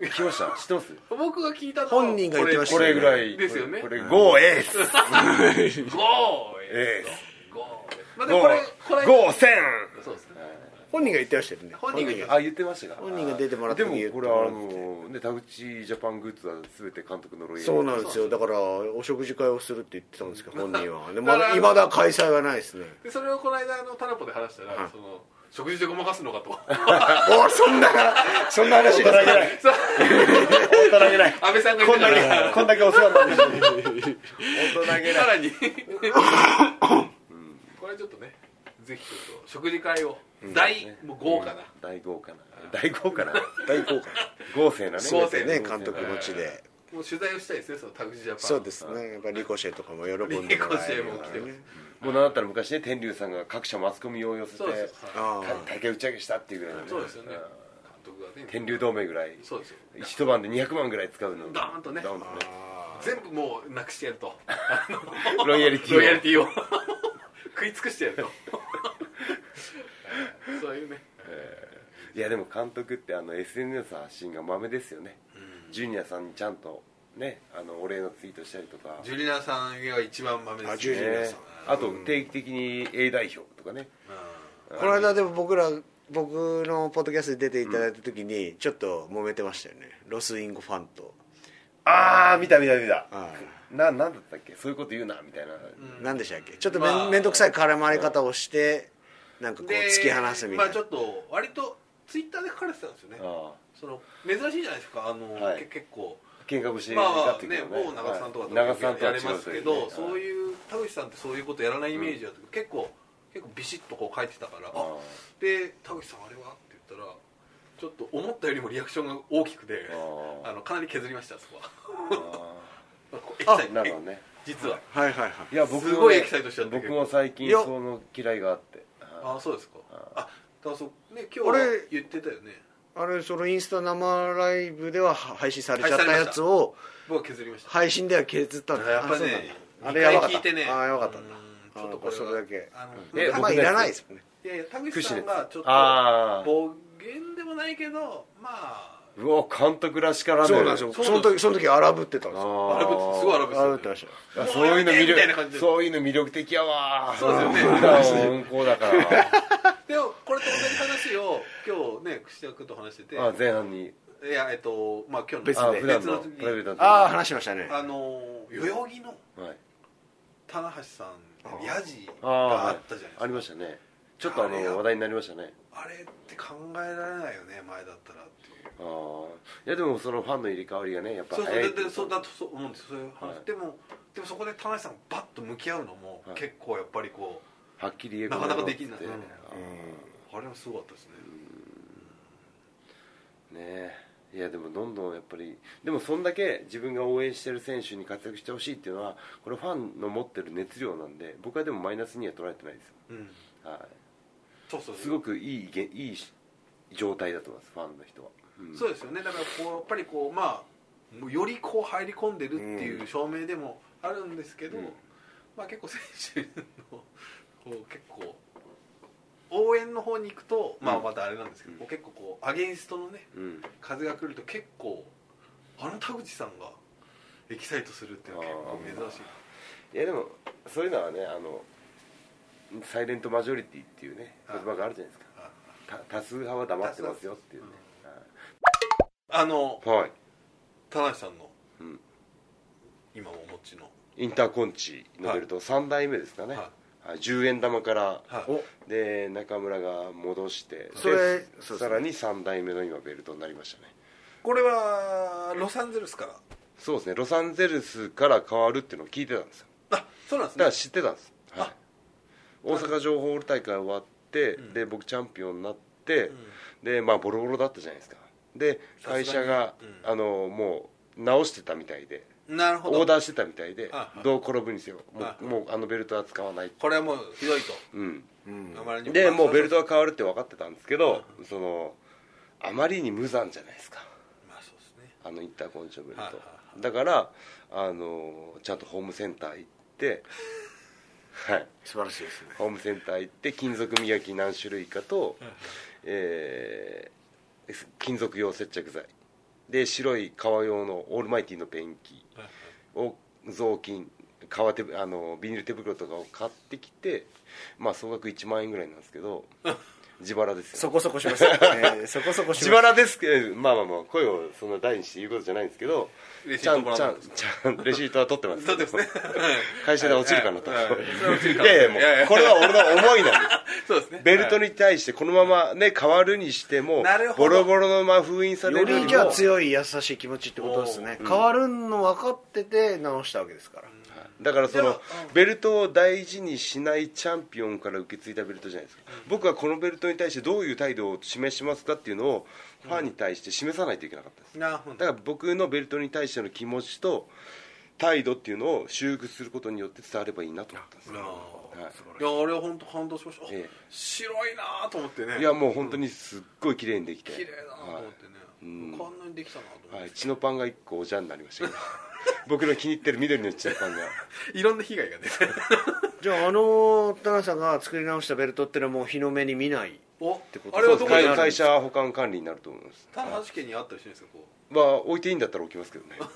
S1: 聞きました知ってます
S2: 僕が聞いたのは
S3: 本人が言ってました
S1: これぐらい
S2: ですよね
S1: これゴーエース
S2: ゴー
S1: エー
S2: ゴーまあでもこれこ
S1: ス
S2: れ
S1: ゴーセン
S2: そうですね
S3: 本人が言ってましたよね
S2: 本人が言って
S1: あ言ってましたか
S3: 本人が出てもらった
S1: で
S3: 時
S1: も
S3: 言って
S1: こ
S3: も
S1: れ
S3: ら
S1: はあ
S3: って
S1: のね田口ジャパングッズは全て監督のロイヤル
S3: そうなんですよだからお食事会をするって言ってたんですけど本人 はで
S2: だ
S3: ま
S2: から
S3: だいまだ開催がないですね
S2: でそれをこの間あのタラポで話したら、
S3: はい
S2: その食事でごまかすのかと
S3: おいそんなそんな話ですか
S2: さ
S1: 大人げない
S2: 安倍さんが
S1: こ
S2: 言っ
S1: ん
S2: た
S1: だ
S2: から
S1: けこんだけお世話になってるのに大 人げ
S2: さ
S1: ない
S2: らにこれちょっとねぜひちょっと食事会を、大もう豪華な、
S1: 大豪華な大豪華な
S3: 大公開
S1: 豪勢なね
S2: 豪勢
S3: ね監督の地で
S2: もう取材をしたいですねそのタクシージャパン
S3: そうですねやっぱりリコシェとかも喜んでもらえる
S2: リコシェも来てます
S1: もうなんだったら昔ね天竜さんが各社マスコミを寄せて
S2: そうですよはい
S3: あ
S1: か
S3: あ
S1: 竹打ち上げしたっていうぐらいのね
S2: そうですよね監
S1: うん
S2: 督がね
S1: 天竜同盟ぐらい
S2: そうですよ
S1: 一晩で200万ぐらい使うの
S2: ドーンとね
S1: ドーンとね
S2: 全部もうなくしてやると
S1: ロイヤリティを
S2: ロイヤリティを食い尽くしてやるとそういうね
S1: いやでも監督ってあの SNS の発信がまめですよね、ジュニアさんにちゃんとねあのお礼のツイートしたりとか、
S2: ジュリナさんが一番豆ですね
S3: あジュリナ
S1: ね
S3: さん
S1: あと定期的に A 代表とかね
S2: うん
S3: この間でも僕ら僕のポッドキャストに出ていただいた時にちょっと揉めてましたよねロスインゴファンと
S1: ああ見た見た見た
S3: あ
S1: ななんだったっけそういうこと言うなみたいな、
S3: 何でしたっけちょっと
S2: まあ
S3: 面倒くさい絡まれ方をしてなんかこう突き放すみたい
S2: まあ、ち
S3: な
S2: ょっと割とツイッターで書かれてたんですよね
S1: あ
S2: その珍しいじゃないですかあの、
S1: はい
S2: け結構
S1: あ喧嘩腰に
S2: まあ
S1: なっ
S2: まあ
S1: てく
S2: ね
S1: る
S2: 某長瀬さんとかと
S1: 長瀬さんとは
S2: や
S1: 違う
S2: ります
S1: と
S2: け
S1: い
S2: ど、
S1: ね
S2: そういう田口さんってそういうことやらないイメージだったけど、結構結構ビシッとこう書いてたから
S1: あ
S2: 「あで田口さんあれは?」って言ったらちょっと思ったよりもリアクションが大きくて
S1: あ
S2: あのかなり削りましたそこは こうエキ
S3: あ
S2: サイ
S1: あ なるほどね
S2: 実は
S3: はいはいはい
S1: いや僕もね
S2: すごいエキサイトしちゃって
S1: 僕も最近
S3: いや
S1: その嫌いがあって
S2: あそうですか
S1: あ
S2: あだからそうね今
S3: あ
S2: 日
S3: れ
S2: 言ってたよね
S3: あれそのインスタ生ライブでは配信されちゃったやつを
S2: 僕は削りました
S3: 配信では削ったんだ
S2: やっぱね
S3: あそうなんだあれやばか
S2: 二
S3: っ
S2: 回聞い
S3: た
S2: てね
S3: ああやばかったんだ
S2: うんちょ
S3: あ
S2: っと
S3: の
S2: これは
S3: それだけ
S2: あの
S3: うん
S1: え
S3: まあ
S1: 僕
S3: い
S1: のやつ
S3: らないですもんね
S2: いやいや田口
S1: 屈
S2: さ
S1: 指
S2: ん
S1: のや
S2: が
S1: つ
S2: ちょっと
S1: ああ
S2: 暴言でもないけどまあ
S1: うお監督らしから
S3: そうなんですよ
S2: そう
S3: そ
S2: なん
S3: の
S2: ですよ
S3: 時その時荒ぶってたんですよ
S1: あ
S2: 荒ぶってすごい荒ぶってた
S3: 荒ぶってましたよ
S1: あそういうの魅
S2: もうやめてみたいな感じで
S1: 力そういうの魅力的やわ
S2: そうですよね
S1: 普段は 温厚だ から
S2: でもこれと同じ話を今日ね串田君と話してて
S1: あ前半に
S2: いやえっとまあ今日の
S3: 別
S1: あ
S3: で
S1: 普段の
S2: 別
S1: プライベー
S2: 時
S1: トの時
S3: ああ話しましたね
S2: あの代々木の
S1: はい
S2: 棚橋さんヤジ
S1: あ
S2: が
S1: あ
S2: あ
S1: はい
S2: ったじゃないですか
S1: ありましたねちょっとあ
S2: あれが
S1: の話題になりましたね
S2: あれって考えられないよね前だったらっていう
S1: ああいやでもそのファンの入れ替わりがねやっぱ
S2: そうそう
S1: 早い
S2: で
S1: ってい
S2: でそうだ
S1: う
S2: とそう思うんですそういう話、
S1: はい
S2: でもでもそこで田中さんがバッと向き合うのも、
S1: はい
S2: 結構やっぱりこ
S1: はっきり言え
S2: なかなかできない
S1: こういうのって
S2: うあれもすごかったですね、
S1: うんねえいやでもどんどんやっぱりでもそんだけ自分が応援してる選手に活躍してほしいっていうのはこれファンの持ってる熱量なんで僕はでもマイナスには捉えてないですよ
S2: うん、
S1: は
S2: そうそう
S1: いすごくいいげいい状態だと思いますファンの人は、うん
S2: そうですよねだからこうやっぱりこうまあもうよりこう入り込んでるっていう証明でもあるんですけど、
S1: うん
S2: まあ結構選手のこう結構応援の方に行くと、まあ
S1: うん
S2: またあれなんですけど、こう結構こうアゲインストのね
S1: うん
S2: 風が来ると結構あの田口さんがエキサイトするっていうのは結構珍しい
S1: いやでもそういうのはねあのサイレントマジョリティっていうね言葉があるじゃないです
S2: あ
S1: かた多数派は黙ってますよっていうね
S2: あの
S1: はいはい、
S2: 田中さんの、
S1: うん
S2: 今もお持ちの、
S1: インターコンチのベルト3代目ですかね、
S2: は
S1: はい10円玉から、
S2: はい
S3: お
S1: で中村が戻して
S3: それ
S1: で
S3: そうです
S1: さ
S3: ね
S1: らに3代目の今ベルトになりましたね
S2: これはロサンゼルスから
S1: そうですねロサンゼルスから変わるっていうのを聞いてたんですよ
S2: あそうなんです
S1: だか
S2: ね
S1: ら知ってたんです、はい、大阪城ホール大会終わって、で僕チャンピオンになって、でまあボロボロだったじゃないですかで
S2: さすがに
S1: 会社が、
S2: うん
S1: あのもう直してたみたいで
S2: なるほど
S1: オーダーしてたみたいで
S2: あはい
S1: どう転ぶにせよも
S2: あ
S1: うもうあのベルトは使わない、
S2: これはもうひどいと、
S1: うん、
S3: うん
S2: あまりに
S1: でもうベルト
S2: は
S1: は変わるって分かってたんですけどそのあまりに無残じゃないですか
S2: まあそうですね
S1: あのインターコンチョベルト、
S2: はいはいは
S1: だからあのちゃんとホームセンター行ってはい
S3: 素晴らしいですね
S1: ホームセンター行って金属磨き何種類かと、えー金属用接着剤で白い革用のオールマイティのペンキを雑巾革手ぶあのビニール手袋とかを買ってきてまあ総額1万円ぐらいなんですけど自腹ですよ
S3: そこそこします えーそこそこし
S1: 自
S3: ます
S1: 腹ですけどまあまあまあ声をそんな大にして言うことじゃないんですけど
S2: レシ
S1: ち
S2: ー
S1: ゃ
S2: ト
S1: ん
S2: もらっ
S1: ち
S2: た
S1: ゃ
S2: ん
S1: ん
S2: です
S1: ちゃんレシートは取ってます
S2: そ うですね
S1: 会社で落ちるかなと
S2: はいはいはいそれは落ちるか
S1: い
S2: な
S1: やいやもう
S2: いやいや
S1: これは俺の思いなんです
S2: そうですね
S1: ベルト
S2: に
S1: に対してこのままね変わるにしても
S2: なるほど
S1: ボロボロのまま封印され
S3: よ
S1: るより
S3: り
S1: も
S3: じゃあ強い優しい気持ちってことですね変わるの分かってて直したわけですから
S1: だからそ
S2: で
S1: の
S2: も
S1: ベルトを大事にしないチャンピオンから受け継いだベルトじゃないですか僕はこのベルトに対してどういう態度を示しますかっていうのをファンに対して示さないといけなかったです
S2: なるほ
S1: だから
S2: ど
S1: 僕のベルトに対しての気持ちと態度っていうのを修復することによって伝わればいいなと思ったんですよ
S2: なるほど
S1: はい
S2: やあれは本当感動しました、あ
S1: ええ
S2: 白いなーと思ってね
S1: い、いやもう本当にすっごい綺麗にできて
S2: 綺麗だなと思ってね、
S1: うん
S2: こんなにできたなと思って、
S1: はい
S2: い
S1: はい、血のパンが一個おじゃんになりま したけど僕の気に入ってる緑の血のパンが
S2: ろんな被害がね
S3: じゃああの田中さんが作り直したベルトってのはもう日の目に見ない
S2: お
S3: こと
S2: あれはどこに
S1: 会
S2: ある
S1: 会社保管管理になると思います
S2: 田橋家にあったりしないですかこ
S1: まあ置いていいんだったら置きますけどね、はい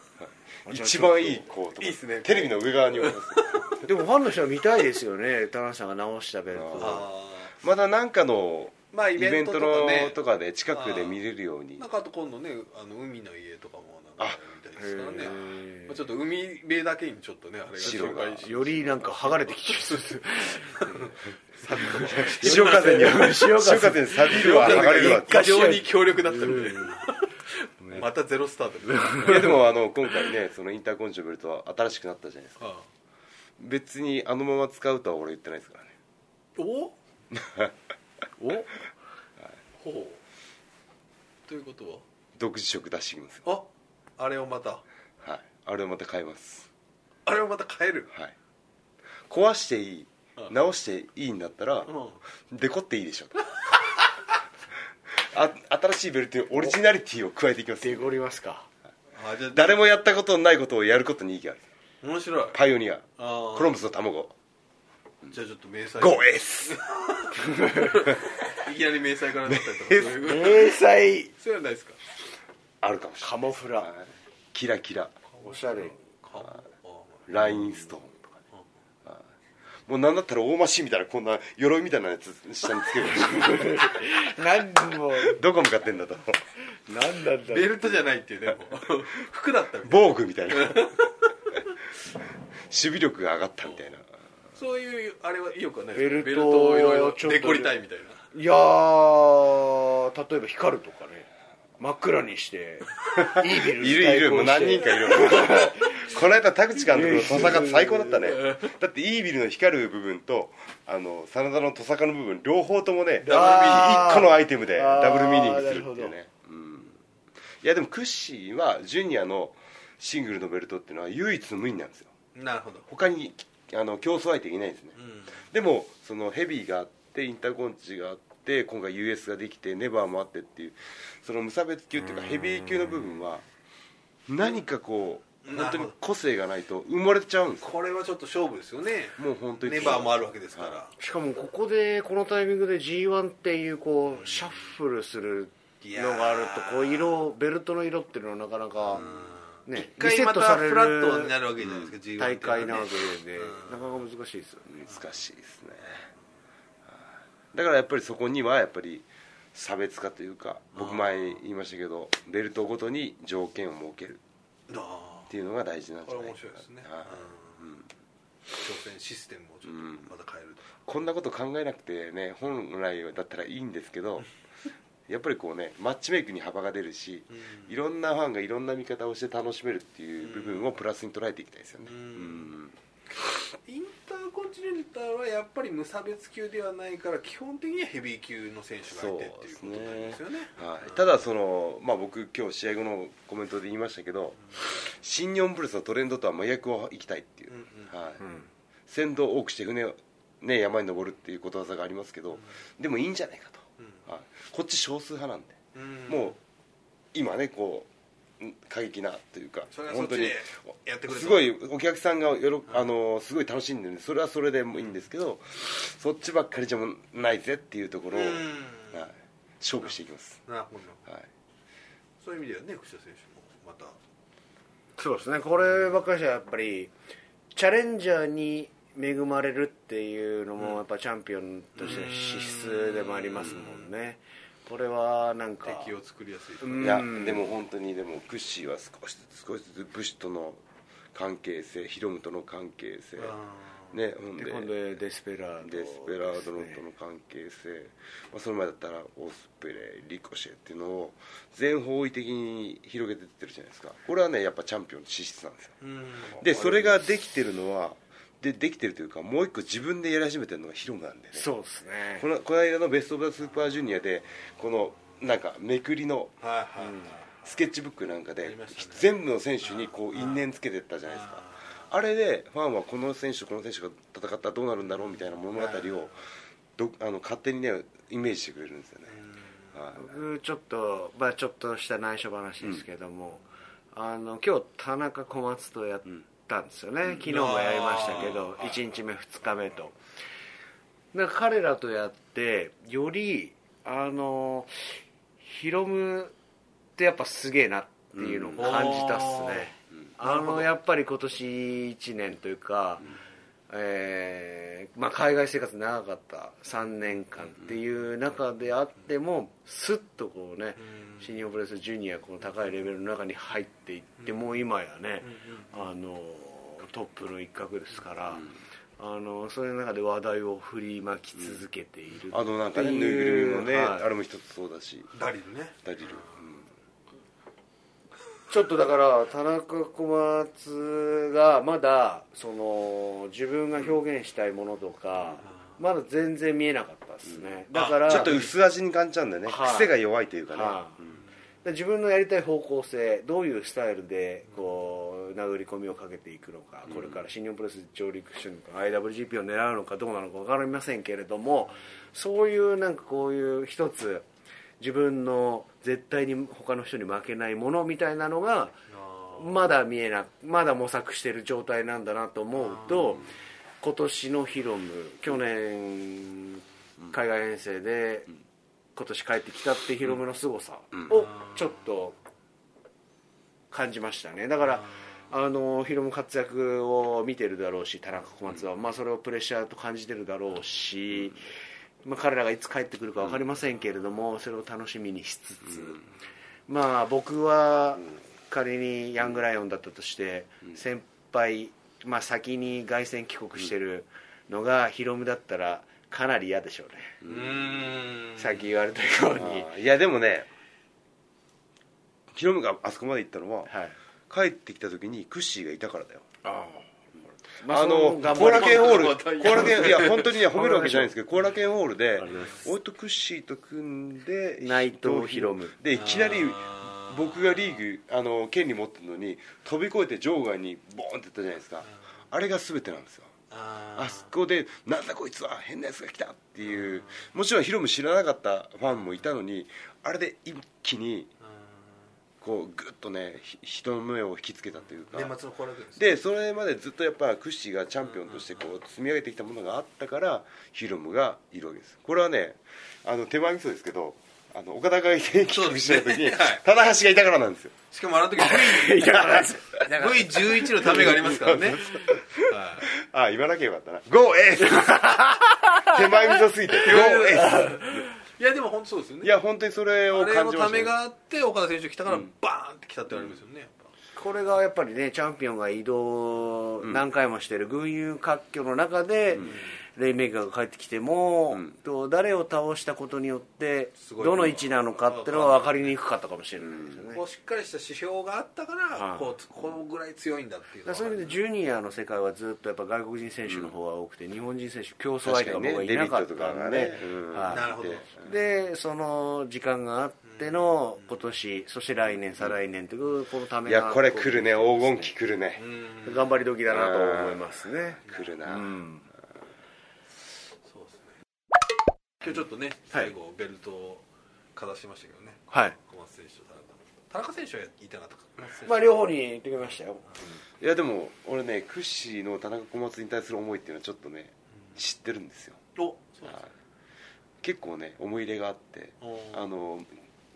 S3: じゃあ
S1: 一番いいこうとか
S2: いいっすね
S1: テレビの上側に置きます
S3: でもファンの人は見たいですよね田中さんが直したベルト
S2: う
S1: あ
S3: を
S2: あ
S1: まだなんかの
S2: ーまあイ
S1: イ
S2: ベ
S1: ベ
S2: ン
S1: ン
S2: ト
S1: ト
S2: と
S1: の
S2: かね
S1: とかで近くで見れるように
S2: なんかあと今度ねあの海の家とかもなんかみたいですからね
S3: あへー
S2: まあちょっと海辺だけにちょっとねあれが
S1: 白が
S3: よりなんか剥がれてきてる
S1: 潮風に
S3: 潮
S1: 潮
S3: 風
S1: 風に錆びるわ剥がれるわ
S2: 非常に強力だったみたいな またゼロスタートみたいない
S1: やでもあの今回ねそのインターコンチョベルトは新しくなったじゃないですか
S2: ああ
S1: 別にあのまま使うとは俺言ってないですからね
S2: お
S3: お
S2: ほうということ
S1: 独自色出してきますよ
S2: はああれをまた
S1: はいあれをまた買います
S2: あれをまた変える
S1: はい壊していい
S2: うん
S1: 直していいんだったら
S2: うん
S1: デコっていいでしょあ新しいベルトにオリジナリティを加えていきます
S3: デゴりますか
S2: あじゃあ
S1: 誰もやったことのないことをやることに意義ある
S2: 面白い
S1: パイオニア
S2: ああ
S1: コロンブスの卵
S2: じゃあちょっと明細
S1: ゴーエース
S2: いきなり明細から出ったりとかそういう
S3: 迷彩
S2: そういうのないですか
S1: あるかもしれ
S3: カモフラ
S1: ないキラキラ
S3: おしゃれ
S2: かああ
S1: ラインストーンとかねはいもうなんだったら大マシンみたいなこんな鎧みたいなやつ下につける
S3: なんも
S1: どこ向かってんだと
S3: なんなんだ
S2: ベルトじゃないっていうねも う服だったみたいな
S1: 防具みたいな守備力が上がったみたいな
S2: そういうあれは意欲はない
S3: ベルト
S2: ベルトをいろい
S3: をちょ
S2: ろ
S3: っ
S2: デ
S3: と
S2: コりたいみたいない
S3: やー例えば光るとかね真っ暗にしていいビル
S1: いるいるもう何人か いるこの間田口監督のトサカ最高だったねだっていいビルの光る部分とあの真田のトサカの部分両方ともね
S3: あー
S1: 1個のアイテムで
S3: あー
S1: ダブルミーニングするっていうね、うん、いやでもクッシーはジュニアのシングルのベルトっていうのは唯一無二なんですよ
S2: なるほど
S1: 他にあの競争相手いないんですね、
S2: うん
S1: でもそのヘビーがあってインターコンチがあって今回 US ができてネバーもあってっていうその無差別級っていうかヘビー級の部分は何かこう本
S2: なるほ
S1: 当
S2: ど
S1: に個性がないと埋もれちゃうんですよ
S2: これはちょっと勝負ですよね
S1: もう本当に
S2: ネバーもあるわけですから、
S1: は
S3: しかもここでこのタイミングで G1 っていうこうシャッフルするのがあるとこう色ベルトの色っていうのはなかなかね
S2: 一回またフラットになるわけじゃないですか、G1
S3: 大
S2: っていうのはね
S3: 会なわけでなかなか難しいですよね
S1: 難しいですねはいだからやっぱりそこにはやっぱり差別化というか僕前に言いましたけどベルトごとに条件を設ける
S2: あ
S1: っていうのが大事なん
S2: ーこ
S1: じゃ
S2: れ
S1: ないか
S2: 面
S1: な
S2: 白いですね、
S1: はい
S2: うん挑戦システムをちょっとまた変えるとか、
S1: こんなこと考えなくてね本来だったらいいんですけどやっぱりこうねマッチメイクに幅が出るし、いろんなファンがいろんな見方をして楽しめるっていう部分をプラスに捉えていきたいですよね、うん
S2: インターコンチネンタルはやっぱり無差別級ではないから基本的にはヘビー級の選手がいてっていうことになりますよね
S1: はい、ただその、まあ、僕今日試合後のコメントで言いましたけど、新日本プロレスのトレンドとは真逆を行きたいっていう、はい船頭を多くして船を、ね、山に登るっていうことわざがありますけど、でもいいんじゃないかと、はい、こっち少数派なんで。
S2: うん
S1: もう今ねこうん過激なというか
S2: それはそっちでやってくれと
S1: すごいお客さんがよろあのすごい楽しんでるんでそれはそれでもいいんですけど、そっちばっかりじゃもないぜっていうところを、
S2: うん
S1: はい、勝負していきます、
S2: なるほど
S1: はい、
S2: そういう意味ではね福島選手もまた
S3: そうですねこればっかりじゃやっぱりチャレンジャーに恵まれるっていうのもやっぱチャンピオンとしての資質でもありますもんねこれはなんか
S2: 敵を作りやすいとか、
S3: うん
S1: いやでも本当にでもクッシーは少しずつ少しずつブシとの関係性ヒロムとの関係性ねほん
S3: で今度デスペラード
S1: デスペラードロ
S3: です
S1: と
S3: ね
S1: の関係性、まあ、その前だったらオスプレイリコシェっていうのを全方位的に広げてってるじゃないですかこれはねやっぱチャンピオンの資質なんですよ
S2: うん
S1: でそれができてるのはでできてるというかもう一個自分でやり始めてるのがヒロムなんでね
S3: そうですね
S1: このこの間のベスト・オブ・ザ・スーパージュニアでこのなんかめくりの
S2: はいはいはい、
S1: スケッチブックなんか
S2: あ
S1: で、
S2: りましたね
S1: 全部の選手にこう因縁つけてったじゃないですかあれでファンはこの選手とこの選手が戦ったらどうなるんだろうみたいな物語をどあの勝手にねイメージしてくれるんですよね、はい
S3: 僕ちょっと、まあ、ちょっとした内緒話ですけども、あの今日田中小松とやったんですよね、昨日もやりましたけど
S2: あー
S3: 1日目2日目となんか彼らとやってよりあのヒロムってやっぱすげえなっていうのを感じたっすね、あのやっぱり今年1年というか、えーまあ、海外生活長かった3年間っていう中であってもスッとこうね
S2: うん
S3: 新日本プロレスジュニアこの高いレベルの中に入っていってもう今やねあのトップの一角ですからあのそういう中で話題を振りまき続けている
S1: あのなんかね
S3: っ
S1: ぬ
S3: て
S1: いうぐるみもね、
S3: はい
S1: あれも一つそうだし
S2: ダリルね
S1: ダリル、
S3: ちょっとだから田中小松がまだその自分が表現したいものとかまだ全然見えなかったですねだから
S1: うん、ちょっと薄味に感じちゃうんだよね、
S3: はい
S1: 癖が弱いというかね、
S3: はいで自分のやりたい方向性どういうスタイルでこう殴り込みをかけていくのかこれから新日本プロレス上陸してるのか IWGP を狙うのかどうなのか分かりませんけれどもそういうなんかこういう一つ自分の絶対に他の人に負けないものみたいなのが
S2: あ
S3: まだ見えなまだ模索してる状態なんだなと思うと今年のヒロム去年海外遠征で今年帰ってきたってヒロムの凄さをちょっと感じましたねだからあのヒロム活躍を見てるだろうし田中小松は、まあ、それをプレッシャーと感じてるだろうし、まあ、彼らがいつ帰ってくるか分かりませんけれども、それを楽しみにしつつ、まあ僕は仮にヤングライオンだったとして、先輩、まあ、先に凱旋帰国してるのがヒロムだったらかなり嫌でしょうね、
S2: うーん
S3: さっき言われたよう
S1: あ
S3: に、
S1: ーいやでもねヒロムがあそこまで行ったのは、
S3: はい
S1: 帰ってきた時にクッシーがいたからだよ
S3: ま
S1: あの
S3: そ
S1: 後
S3: 頑張り
S1: 楽園ホール
S2: まあ
S1: 後楽園いや本当にね
S3: 頑張りましょう
S1: 褒めるわけじゃないんですけど後楽園ホールで
S3: ありがとうございます
S1: 俺とクッシーと組んで
S3: 内藤博文
S1: でいきなり
S2: あー
S1: 僕がリーグあの権利持ってるのに飛び越えて場外にボーンっていったじゃないですかあれが全てなんですよ
S2: あ
S1: あそこで「なんだこいつは変なやつが来た」っていうもちろんヒロム知らなかったファンもいたのにあれで一気にこうグッとねひ人の目を引きつけたというか
S2: 年末の後楽園ですね
S1: でそれまでずっとやっぱクッシーがチャンピオンとしてこう積み上げてきたものがあったからヒロムがいるわけですこれはねあの手前味噌ですけどあの岡田が現役
S2: そうで
S1: し
S2: す
S1: て
S2: ね
S1: る時に
S2: はい
S1: 棚橋がいたからなんですよ
S2: しかもあの時 V-
S3: だから
S2: V11 のためがありますから ねはい
S1: ああ言わなきゃよかったな「ゴーエース! 」手前味噌すぎて「ゴーエース
S2: いやでも本当そうですよ」ね
S1: いや本当にそれを
S2: あ
S1: 感
S2: れの
S1: じま
S2: た
S1: した
S2: め
S1: ね
S2: があって岡田選手来たからバーンって来たってありますよねやっぱ
S3: これがやっぱりねチャンピオンが移動何回もしてる群雄割拠の中で、レイメーカーが帰ってきても、と誰を倒したことによって
S2: すごい
S3: どの位置なのかっていうのは分かりにくかったかもしれないですよね、
S2: こうしっかりした指標があったから
S3: はい
S2: こうこのぐらい強いんだっていう
S3: だからそういう意味でジュニアの世界はずっとやっぱ外国人選手の方が多くて、日本人選手競争相手が僕はいなかったんで、
S1: 確かにねデビットとかがねうん
S3: はい
S2: なるほど
S3: でその時間があっての今年、そして来年再来年というこのため
S1: いやこれ来るね黄金期来るね
S3: 頑張り時だなと思いますね、
S1: 来るな、
S3: うん
S2: そうですね今日ちょっとね最後ベルトをかざしましたけどね
S3: はい
S2: 小松選手と田中選手は言いたかったか
S3: まあ両方に言ってきましたよ
S1: いやでも俺ねクッシーの田中小松に対する思いっていうのはちょっとね知ってるんですよ
S2: おそうですね
S1: 結構ね思い入れがあって
S2: おー
S1: あの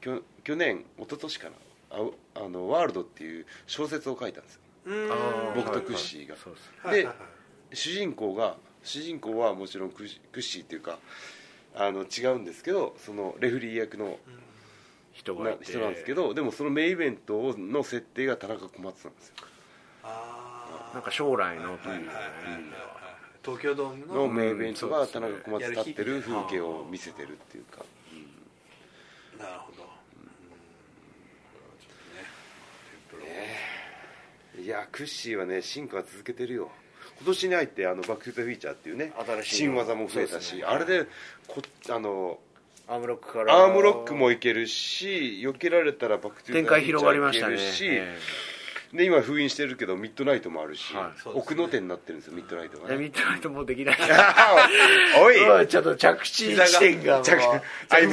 S1: きょ去年一昨年かなああのワールドっていう小説を書いたんですよ
S2: うーん
S3: あー
S1: 僕とクッシーが、
S3: そうですね
S2: はいはい
S1: で
S2: はい
S1: 主人公が主人公はもちろんクッシークッシーっていうかあの違うんですけどそのレフェリー役の
S3: 人が
S1: ない
S3: て
S1: 人なんですけどでもそのメインイベントの設定が田中小松なんですよ
S2: あー
S3: なんか将来のと
S2: はいいは
S3: う
S2: い
S3: ね
S2: はいはい東京ドームの
S1: のメインイベントが田中小松立ってる風景を見せてるっていうか、
S2: なるほどうんこれはちょっとねテンプロ
S1: いやクッシーはね進化は続けてるよ今年に入ってあのバック・トゥ・ザ・フューチャーっていうね
S3: 新しいの
S1: 新技も増えたし、
S3: そうですね
S1: あれでこあの
S3: アームロックから
S1: アームロックもいけるし避けられたらバック・トゥ・ザ・
S3: 展開広がりましたね
S1: いけるし、
S3: え
S1: で今封印してるけどミッドナイトもあるし、
S3: はい
S2: そうですね
S1: 奥の手になってるんですよミッドナイト
S3: え
S1: が
S3: で
S1: ね
S3: ミッドナイトもうできない
S1: おい
S3: おいちょっと着地地点がもう
S1: 着曖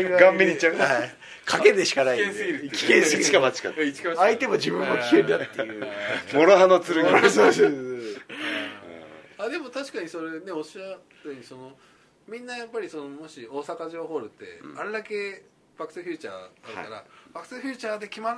S1: 昧顔面にいっちゃう
S3: はい賭けでしかないん
S2: 危
S3: で
S2: 険すぎる
S3: 危険すぎる
S1: 一か八か
S2: 一か八か
S3: 相手も自分も危険だっていう
S1: 諸刃の剣
S3: そうそうそう
S2: あでも確かにそれねおっしゃったようにそのみんなやっぱりそのもし大阪城ホールって、あれだけバックスフューチャーあるから、バックスフューチャーで決まる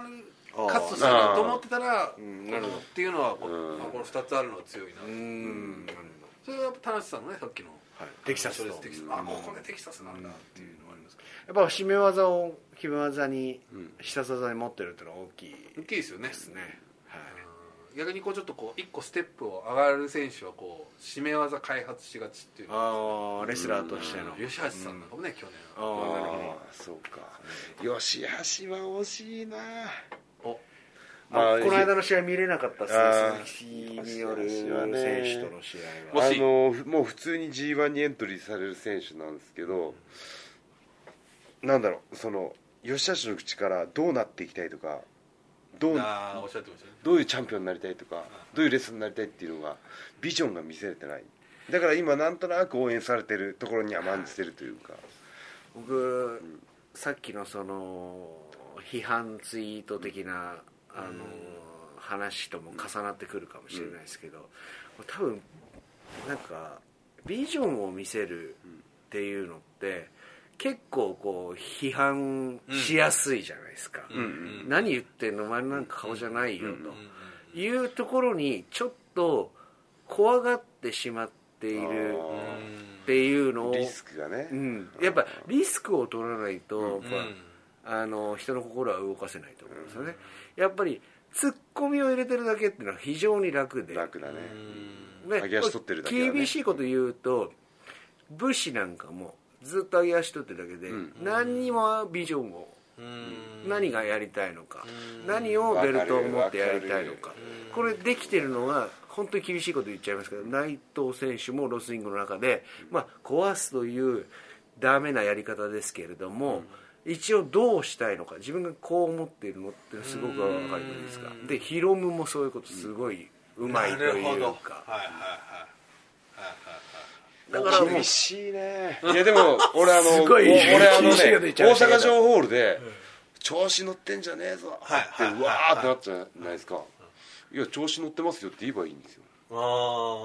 S3: あー
S2: カツとするなと思ってたら、
S3: んなるほど
S2: っていうのは
S1: う
S2: こ,、
S1: ん
S2: この2つあるのが強いな、
S3: うーんなる
S2: それはやっぱ田無さんのねさっきの
S3: はいテキサス
S2: そ
S3: と
S2: れですテキサスあここでテキサスなんだっていうのはありますけど
S3: ほどやっぱ締め技を決め技に必殺技に持ってるっていうのは大きい
S2: 大きいですよね
S3: ですねはい
S2: うん逆にこうちょっとこう一個ステップを上がる選手はこう締め技開発しがちっていうのは
S3: ああレスラーとしての
S2: 吉橋さんなんかもね去年
S3: あ
S1: あ
S3: ーなる
S1: あそうか吉橋は惜しいな
S2: お
S1: ま
S3: あ
S1: あ
S3: この間の試合見れなかったっす
S1: あー
S3: ね鈴木による選手との試合
S2: も
S3: は
S2: し
S1: あのもう普通に g 1にエントリーされる選手なんですけど、なんだろうその吉橋の口からどうなっていきたいとかどう
S2: あーおっしゃってましたね
S1: どういうチャンピオンになりたいとかどういうレスラーになりたいっていうのがビジョンが見せれてないだから今なんとなく応援されてるところに甘んじてるというか、
S3: 僕さっきのその批判ツイート的なあの話とも重なってくるかもしれないですけど多分なんかビジョンを見せるっていうのって結構こう批判しやすいじゃないですか、
S2: うん
S3: 何言ってんのお前なんか顔じゃないよ
S2: うん
S3: というところにちょっと怖がってしまっている
S1: あ
S3: っていうのを
S1: ーリスクがね、
S3: うん、やっぱリスクを取らない
S2: う
S3: と、
S2: ん
S3: まああの人の心は動かせないと思うんですよね、やっぱりツッコミを入れてるだけっていうのは非常に楽で
S1: 楽だね、
S3: ね
S1: 揚げ足取ってるだけだね
S3: 厳しいこと言うと武士なんかもずっと揚げ足取ってるだけで、何にもビジョンを
S2: うん
S3: 何がやりたいのか、何をベルトを持ってやりたいのか
S1: わか
S3: これできてるのが本当に厳しいこと言っちゃいますけど内藤選手もロスイングの中で、まあ、壊すというダメなやり方ですけれども、一応どうしたいのか自分がこう思っているのってすごく分かるじゃないですかでヒロムもそういうことすごいうまいと
S2: なるほ
S3: い
S2: ど
S3: う
S2: はい
S3: か
S2: はいはい
S3: だからもう
S1: 厳しいねいやでも俺あ
S3: す
S1: のお
S3: ごい
S1: 俺あの
S3: 厳しい
S1: ね
S3: こと言っちゃい
S1: 大
S3: ましたけど
S1: 阪城ホールで調子乗ってんじゃねえぞ
S2: はい
S1: って
S2: はいう
S1: わーってなっちゃうじゃないですかいや調子乗ってますよって言えばいいんですよ
S2: あー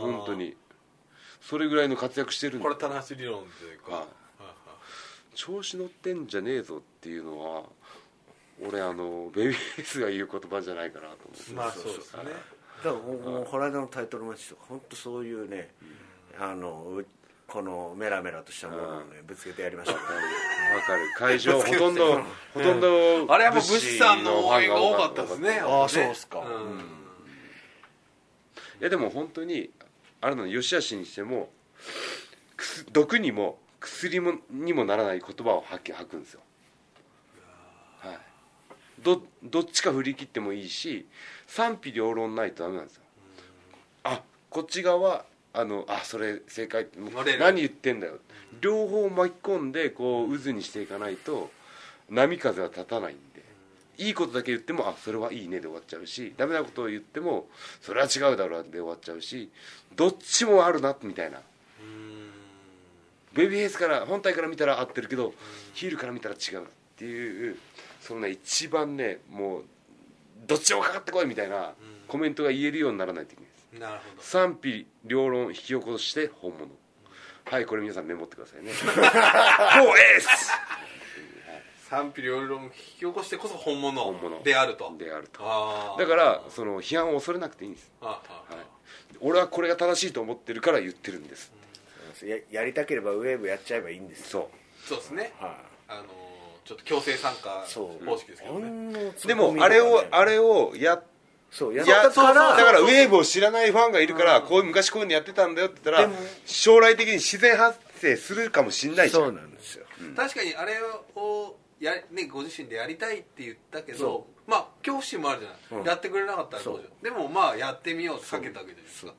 S1: 本当にそれぐらいの活躍してるんで
S2: これ棚橋理論というか、
S1: はい調子乗ってんじゃねえぞっていうのは俺あのベビーフェイスが言う言葉じゃないかなと 思って
S2: まあそうですね
S3: だからもうこの間のタイトルマッチとか本当そういうね、あのうこのメラメラとしたものをねぶつけてやりましたね
S1: わかる会場ほとんどほとんど
S2: あれはもう武士さんの応援が多かったですね
S3: ああそうっすか
S2: うん
S1: いやでも本当にあれなの吉しにしてもくす毒にも薬もにもならない言葉を吐き吐くんですよ、はい、どどっちか振り切ってもいいし賛否両論ないとダメなんですよあこっち側あのあそれ正解ってもう
S2: 俺ら
S1: 何言ってんだよ両方巻き込んでこう渦にしていかないと波風は立たないんでいいことだけ言ってもあそれはいいねで終わっちゃうしダメなことを言ってもそれは違うだろうで終わっちゃうしどっちもあるなみたいなベビーフェイスから本体から見たら合ってるけどヒールから見たら違うっていうそのね一番ねもうどっちもかかってこいみたいなコメントが言えるようにならないといけないです
S2: なるほど
S1: 賛否両論引き起こして本物はいこれ皆さんメモってくださいねもうエース
S2: 賛否両論を引き起こしてこそ本物
S1: 本物
S2: であると
S1: であると
S2: ああ
S1: だからその批判を恐れなくていいんです、
S2: ああ
S1: はい、俺はこれが正しいと思ってるから言ってるんです
S3: ややりたければウェーブやっちゃえばいいんですよ
S1: そ
S2: そうですね
S3: は
S2: あのーちょっと強制参加
S3: い
S2: 方
S3: そう
S2: 式ですけど
S3: あ
S2: ね
S3: んな突っ込みとか
S1: う
S3: ね
S1: でもあれをあれをやっ
S3: そうや
S1: や
S3: った
S1: そう
S3: か
S1: だかららウェーブを知らないファンがいるからこう昔こういうのやってたんだよって言ったら
S3: でも
S1: 将来的に自然発生するかもしんないじゃん
S3: そうなんですよ
S2: 確かにあれをやねご自身でやりたいって言ったけどまあ恐怖心もあるじゃない、
S3: うん
S2: やってくれなかったらどうしようでもまあやってみようってかけたわけじゃないですか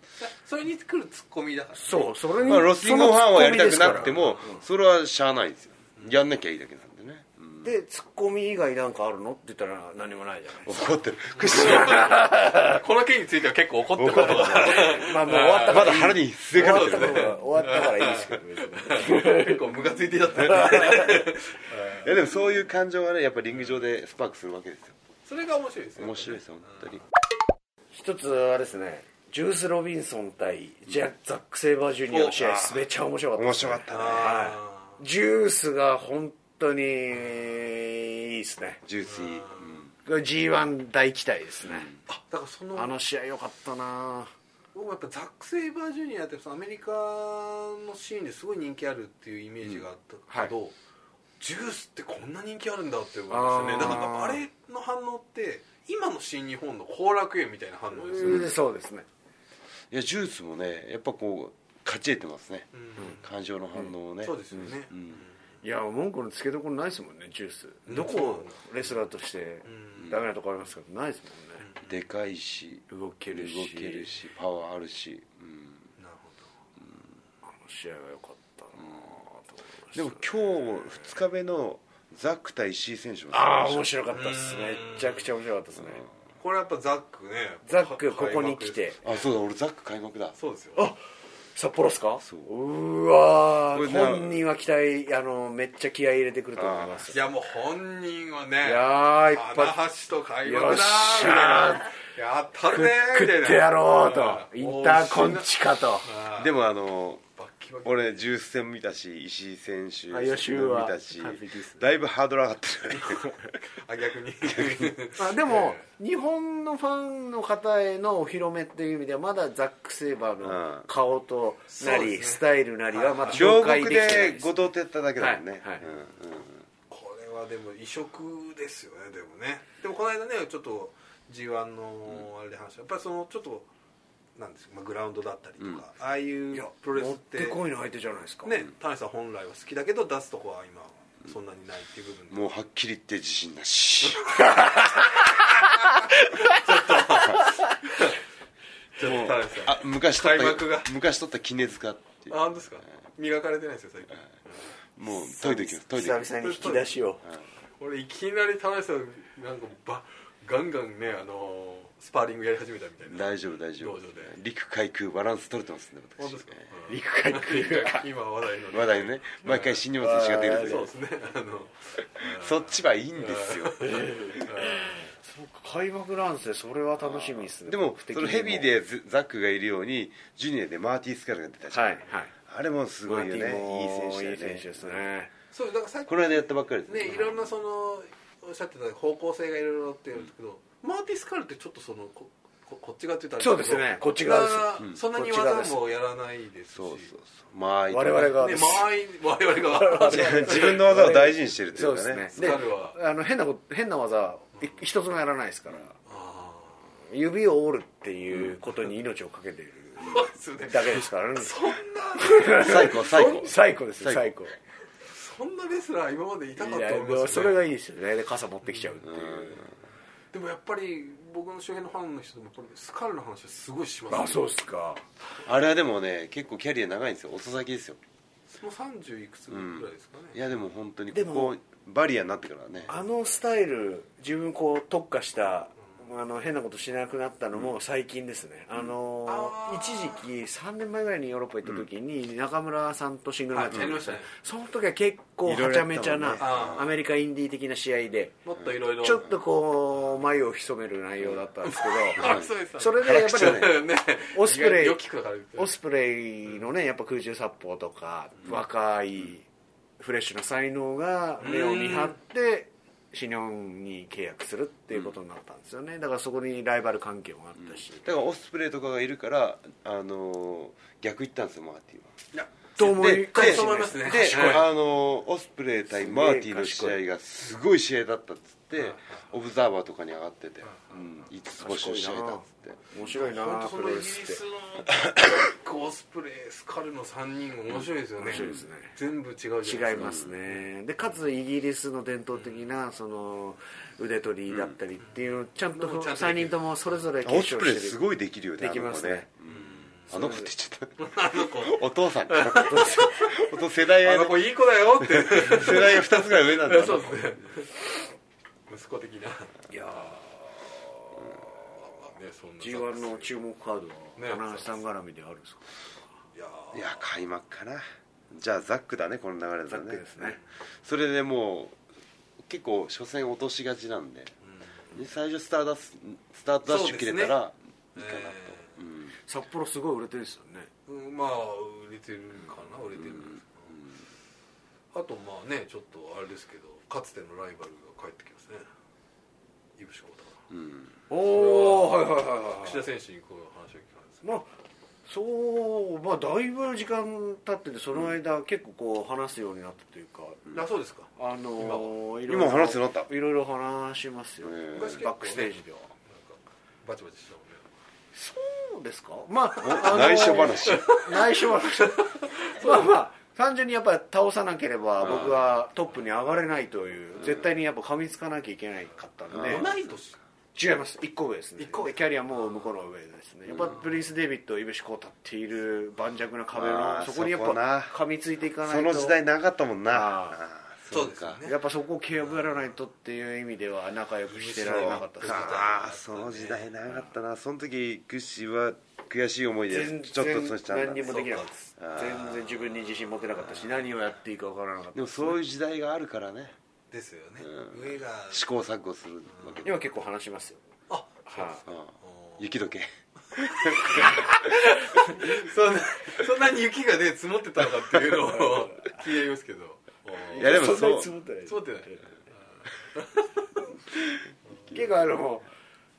S2: それに来るツッコミだから
S3: そうそれに
S1: まあ、ロスインゴファンはやりたくなくて
S3: その
S1: もそれはしゃあないですよやんなきゃいいだけなんでね、うん
S3: ツッコミですからでツッコミ以外なんかあるのって言ったら何もないじゃないですか
S1: 怒ってるクッション
S2: この件については結構怒ってることが
S3: まあもう終わった
S1: まだ腹にすがれてるね
S3: 終わったからいいですけど別に
S2: 結構ムカついてちゃった
S1: いやでもそういう感情がねやっぱリング上でスパークするわけですよ
S2: それが面白いですよ
S1: 面白いですよ本当に
S3: 一つあれですねジュース・ロビンソン対ジャザック・セイバージュニアの試合
S2: お
S3: めっちゃ面白かったです
S1: 面白
S3: ね
S1: かったね
S3: はいジュースが本当にいいですね
S1: ジューシー、
S3: これ G1 大期待ですね、
S2: あだからその
S3: あの試合良かったな
S2: 僕もやっぱザック・セイバージュニアってそのアメリカのシーンですごい人気あるっていうイメージがあったけど、ジュースってこんな人気あるんだって思いますよね
S3: あー
S2: だからやっぱあれの反応って今の新日本の後楽園みたいな反応ですよね、
S3: そうですね
S1: いやジュースもねやっぱこう勝ち得てますね、感情の反応をね、
S2: そうですよね、
S1: ん
S3: いや文句のつけどころないですもんねジュースど
S2: そう
S3: こレスラーとしてダメなとこありますかないですもんね
S1: でかいし
S3: 動けるし
S1: 動けるしパワーあるし、うん、
S2: なるほど
S3: あの試合が良かったなと思いました
S1: でも今日2日目のザック対石井選手も
S3: ああ面
S1: い
S3: 白かったですねめちゃくちゃ面白かったですね
S2: これやっぱザックね
S3: ザック
S2: か
S3: ここに来て
S1: あそうだ俺ザック開幕だ
S2: そうですよ
S3: あ札幌っすか
S1: そう
S3: うわ
S1: これ
S3: ー
S1: ね
S3: 本人は期待あのめっちゃ気合い入れてくると思います
S2: いやもう本人はね
S3: いやーいっぱい
S2: 棚橋と開幕だ
S3: よ
S2: ー
S3: っ
S2: み
S3: した
S2: いなやったるねー
S3: 食
S2: みたいな
S3: ってやろうと
S2: うん
S3: インターコンチかと
S1: でもあの
S2: バッキバキ
S1: 俺ジュース戦見たし石井選手
S3: あ予習は
S1: 見たし
S3: 完璧ですね
S1: だいぶハードル上がってる
S2: あ逆に
S3: あでも、日本のファンの方へのお披露目っていう意味ではまだザック・セイバー
S1: うん
S3: の顔とな
S2: そう
S3: り、
S2: ですね
S3: スタイルなりはまだ
S1: 両
S3: 紹介
S1: 国
S3: できてない
S1: で
S3: です
S1: 後藤ってやっただけだもんね、
S3: はいはい
S1: うんうん
S2: これはでも異色ですよねでもねでもこの間ねちょっと G1 のあれで話したやっぱりそのちょっとなんですか、まあ、グラウンドだったりとか、ああいうプロレス
S3: 持
S2: っ
S3: って
S2: て
S3: こいの相手じゃないですか、
S2: ね田辺さん本来は好きだけど出すとこは今そんなにないっていう部分で、
S1: もうはっきり言って自信なし
S2: ちょっと田辺さん
S1: あ昔取っ
S2: 開幕が
S1: た昔取った絹塚っていう
S2: あ本当ですか磨かれてないですよ最近、
S1: もう研いでいきます研いでいきます
S3: 久々に引き出しを
S2: 俺いきなり田辺さんなんかばガンガンねあのースパーリングやり始めたみたいな
S1: 大丈夫大丈夫
S2: 道場で
S1: 陸海空バランス取れてますね
S2: 本
S1: 私
S2: 当ですか、うん
S3: 陸海空
S2: 今話題のね
S1: 話題ね毎回新日本選手が出る
S2: そう
S1: と
S2: ですねあの
S1: そっちはいいんですよ
S3: そうか開幕なんですねそれは楽しみですね
S1: でも
S3: 僕的
S1: そ
S3: に
S1: のヘビーでズザックがいるようにジュニアでマーティー・スカルが出たじゃん、
S3: はいはい
S1: あれもすごいよねいい
S3: マーティンも
S1: 選手だよね
S3: いい選手ですね
S2: そうだからさっき
S1: この間やったばっかりです
S2: ねいろんなそのおっしゃってた方向性がいろいろって言うんですけど、マーティスカルってちょっとそのこここっち側って言ったらあれだけど
S3: そうですねこっち側です
S2: なそんなに技もやらないですし
S1: そうそうそうまあ
S3: 我々が
S2: ね
S3: です
S2: 間合い我々が
S1: 自分の技を大事にしてるというかね
S3: そうです
S2: ス
S3: ね
S2: カルは
S3: であの変なこと変な技はい一つもやらないですから
S2: あ
S3: 指を折るっていうことに命をかけている
S2: ーそうですよね
S3: だけですからね
S2: そんな
S1: 最高最高
S3: 最高ですよ
S1: 最
S3: 最高
S2: そんなレスラー今までいたか
S3: い
S2: と
S3: や
S2: 思います
S3: そ
S2: ね
S3: れがいいですよねで傘持ってきちゃうっていう、
S2: でもやっぱり僕の周辺のファンの人でもこれスカルの話はすごいしますね
S3: あそうっすか
S1: あれはでもね結構キャリア長いんですよ遅咲きですよ
S2: もう30いくつぐらいですかね、
S1: いやでも本当にこ
S3: で
S1: こ
S3: も
S1: バリアになってからね
S3: あのスタイル自分こう特化したあの変なことしなくなったのも最近ですね、あの
S2: あー
S3: 一時期3年前ぐらいにヨーロッパ行った時に中村さんとシングルマッチ
S2: はいやりまし
S3: したた
S2: ね
S3: その時は結構
S1: いろい
S3: は
S1: ろ
S3: ち
S1: や
S3: ゃ
S1: ったもんね
S3: めちゃな
S2: あー
S3: アメリカインディー的な試合で
S2: もっといろいろ
S3: ちょっとこう眉を潜める内容だったんです けど
S2: あそうです
S3: それでやっぱり
S2: ね
S3: オスプレイ
S2: よく聞くから
S3: オスプレイのねやっぱ空中殺法とか若いフレッシュな才能が目を見張ってシニョンに契約するっていうことになったんですよねだからそこにライバル関係もあったし、
S1: だからオスプレイとかがいるからあの逆行ったんですよマーティーは
S2: イ
S3: と思
S1: で
S3: いかも
S1: で
S3: しれない
S2: そう思いますね
S1: で、
S2: 賢い
S1: あのオスプレイ対マーティの試合がすごい試合だったっつってオブザーバーとかに上がってて、うん、5つ星の試合だっつって
S3: 面白いな
S2: 本当そ
S3: プ
S2: の
S3: ロ
S2: イギ
S3: レ
S2: リ
S3: スっ
S2: ス
S3: て
S2: のオスプレイスカルの3人面白いですよね
S3: 面白いですね
S2: 全部違うじゃないですか
S3: 違いますねでかつイギリスの伝統的なその腕取りだったりっていうのをちゃんと
S2: うんちゃんと
S3: 3人ともそれぞれ
S1: オスプレイす
S3: い
S1: ごいできるよね
S3: できますね
S1: あの子ねあの子って言っち
S2: あの子
S1: ゃったお父さんお父世代
S2: あ
S1: が
S2: の子いい子だよって
S1: 世代が2つぐらい上なんだ
S2: そうですね 息子的ない
S3: や
S2: ねそんな
S3: g 1の注目カード
S2: ね
S3: は棚橋さん絡みであるんですか
S2: いや
S1: いや開幕かなじゃあザックだねこの流れだとね
S3: ザックですね
S1: それでもう結構初戦落としがちなんで、で最初スターダススタートダッシュ切れたらいいかなと、
S2: え
S1: うん
S3: 札幌すごい売れてるんですよね
S2: ーうんまあ売れてるかな売れてるんですかあとまあねちょっとあれですけどかつてのライバルが帰ってきますねいぶしこう
S1: うん
S3: おおはいはいはいはい
S2: 岸田選手にこういう話を聞かれて
S3: まあそうまあだいぶ時間経っててその間、結構こう話すようになったというか、
S2: あそうですか
S3: あのー、い
S1: 今は話すようになった
S3: いろいろ話しますよ、
S1: へー
S2: 昔結構ね
S3: バックステージでは
S2: なんかバチバチしてたもんね
S3: そうですかまあ、あのー
S1: 内緒話
S3: 内緒 話まあまあ単純にやっぱり倒さなければ僕はトップに上がれないという、絶対にやっぱ噛みつかなきゃいけないかったんで、
S1: うん
S2: 同い年
S3: 違います1個上ですね
S2: 一個上
S3: キャリアも向こうの上ですねやっぱプリンス・デイビッドイブシコータっている盤石な壁
S1: あ
S3: の
S1: ー
S3: そこにやっ
S1: そこな
S3: ぱ噛みついていかないと
S1: その時代なかったもんな
S3: あー
S1: あー
S2: そうですよね
S3: やっぱそこを蹴破らないとっていう意味では仲良くしてられなかったですね
S1: あーその時代なかったなその時クッシーは悔しい思いで
S3: 全
S1: ちょっと損しちゃ
S3: 然
S1: った
S3: 何にもできなかったです
S1: あー
S3: 全然自分に自信持てなかったし何をやっていいか分からなかった
S1: でもそういう時代があるからね
S2: ですよね上が
S1: 試行錯誤するわけで
S3: 今結構話しますよ
S2: あ
S3: は
S1: うん
S3: い
S1: 雪解け
S2: そんな そんなに雪がね積もってたのかっていう のを聞いてますけど
S1: いやでも
S3: そんな
S1: そ
S3: に
S1: う
S3: 積もってない
S2: 積もってない
S3: 結構あの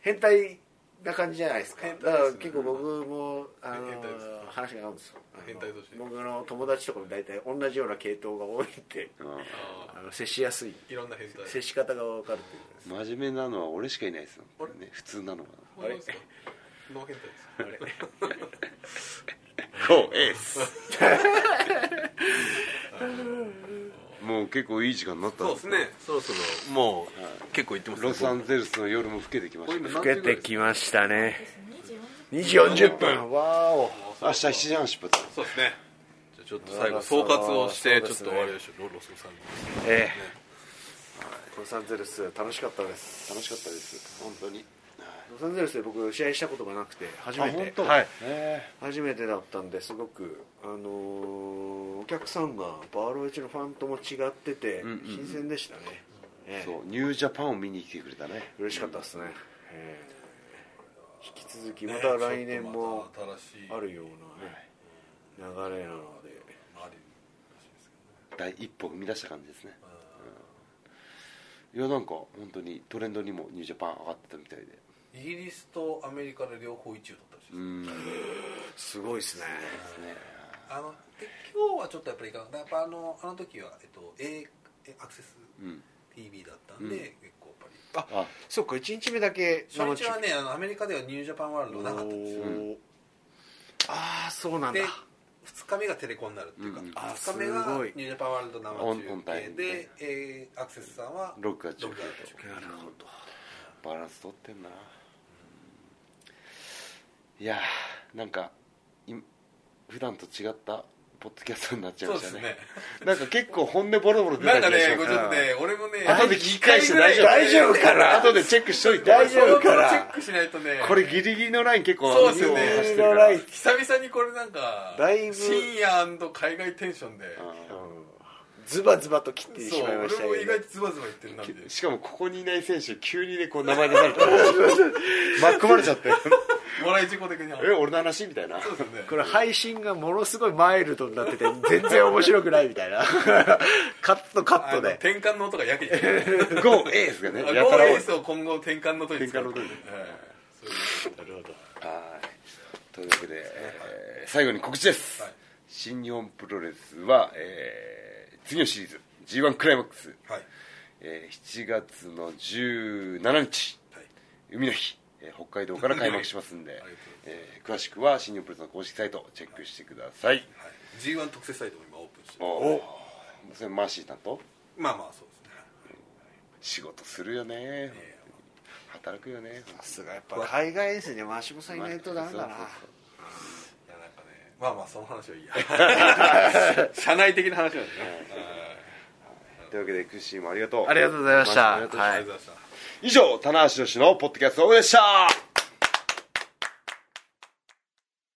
S3: 変態な感じじゃないですか
S2: 変態です
S3: だ
S2: ね
S3: から結構僕もあの
S2: 変態です
S3: 話が合うんですよあの
S2: 変態として
S3: 僕の友達とかも大体同じような系統が多いって
S1: うん
S2: あ
S3: あの接しやすい
S2: ーいろんな変態
S3: 接し方が分かるっていう
S1: 真面目なのは俺しかいないですよね普通なのは
S2: あれですかノー変態です
S3: あれ
S1: GO エース もう結構いい時間になったん
S2: そうですねそろそろもう結構行ってますね
S1: ロサンゼルスの夜も更けてきましたね
S2: 老
S3: 受
S2: け
S3: け
S2: て
S3: て
S2: き
S3: きましたね2
S4: 2
S3: 時40分わーお
S1: 明日7時半出発
S2: そうですねじゃあちょっと最後総括をしてちょっと終わりましょうロロソさん
S3: ええロサンゼルス楽しかったです
S1: 楽しかったです本当に
S3: ロサンゼルスで僕試合したことがなくて初めて
S1: はいえ
S3: 初めてだったんですごく、あのーお客さんがバーローエチのファンとも違って
S1: ん
S3: て、
S1: うんうん
S3: 新鮮でしたね、
S1: ー
S3: ええ
S1: そうニュージャパンを見に来てくれたね
S3: 嬉しかったですね、ええ引き続きまた来年も
S2: ちょっとまた新しい
S3: あるような、ね、流れなので
S2: ありです
S1: 第一歩踏み出した感じですね、うんいやなんか本当にトレンドにもニュージャパン上がってたみたいで
S2: けどねイギリスとアメリカで両方1位を取ったらしいです
S1: うんです
S3: ごいですね
S1: ね
S2: あので今日はちょっとやっぱりいかなかったやっぱあのあの時は、えっと、A えアクセス
S1: うん
S2: TV だったんで、結構やっぱり
S3: あ
S1: あ
S3: そっか1日目だけ生
S2: 初日はねあのアメリカではニュージャパンワールドなかったんですよ
S3: おーああそうなんだ
S2: で2日目がテレコになるっていうか、
S1: うんうん
S3: あ
S2: 2日目が
S3: すごい
S2: ニュージャパンワールド生
S1: オンオン
S2: 中
S1: タイ
S2: 継
S1: ム
S2: で、
S1: ね
S2: えーアクセスさんは
S1: 録画中継
S2: 録画中継
S3: なるほど
S1: バランス取ってんな、いやーなんかい普段と違ったポッドキャストになっちゃい
S2: そ
S1: ま
S2: う
S1: し
S2: で
S1: た
S2: す
S1: ね
S2: ね
S1: なんか結構本音ボロボロ出
S2: な
S1: た
S2: んか
S1: 気が
S2: ね
S1: し
S2: こ
S1: ます
S2: れちょっとね俺もね
S1: 後で聞き返して大丈夫
S3: 大丈夫かな
S1: 後でチェックしといて
S3: 大丈夫かな
S2: チェックしないとね
S1: これギリギリのライン結構
S2: そうですよね
S1: いい方走ってる
S3: の
S1: から
S3: ライト
S2: 久々にこれなんか
S3: だいぶ
S2: 深夜海外テンションで
S3: ズバズバと切ってし
S2: そう
S3: まいま
S2: 俺
S3: した
S2: も
S3: け
S2: 意
S3: ど
S2: 外とズバズバ言ってるなみたいな
S1: しかもここにいない選手急にねこう名前出さ れたら巻き込まれちゃって
S2: 笑い事故的に
S1: え俺の話みたいな
S2: そうですね
S3: これ配信がものすごいマイルドになってて全然面白くないみたいな カットカッ
S2: あ
S3: ト
S2: の
S3: で
S2: 転換の音がやけに聞こえる
S1: ゴーエースがね
S2: あ
S1: や
S2: ゴ
S1: た
S2: ー
S1: ら多
S2: ルエ
S1: い
S2: ースを今後転換の音に使
S1: 転換
S2: う
S1: の音に
S2: はいそういう
S3: なるほど
S1: はいというわけで、えー最後に告知です、
S2: はい
S1: 新日本プロレスは、えー次のシリーズ g 1クライマックス、
S2: はい
S1: えー7月の17日
S2: はい
S1: 海の日、えー北海道から開幕しますんで
S2: りがとうご、
S1: えー詳しくは新日本プロレスの公式サイトをチェックしてください、
S2: はい G1 特設サイトも今オープンして
S1: お
S2: る
S1: おそれマーシー担当
S2: まあまあそうですね
S1: 仕事するよね働くよね
S3: さすがやっぱ海外ですねマシモさんいないとダメだな
S1: そうそう
S2: いやなんかねまあまあその話はいいや 社内的な話なんですね
S1: そうというわけでクッシーもありがとう
S3: ありがとうございました
S1: ありがとうございま
S2: はいあ
S3: はい
S2: りがとうございました
S1: 以上棚橋宏のポッドキャストオフでした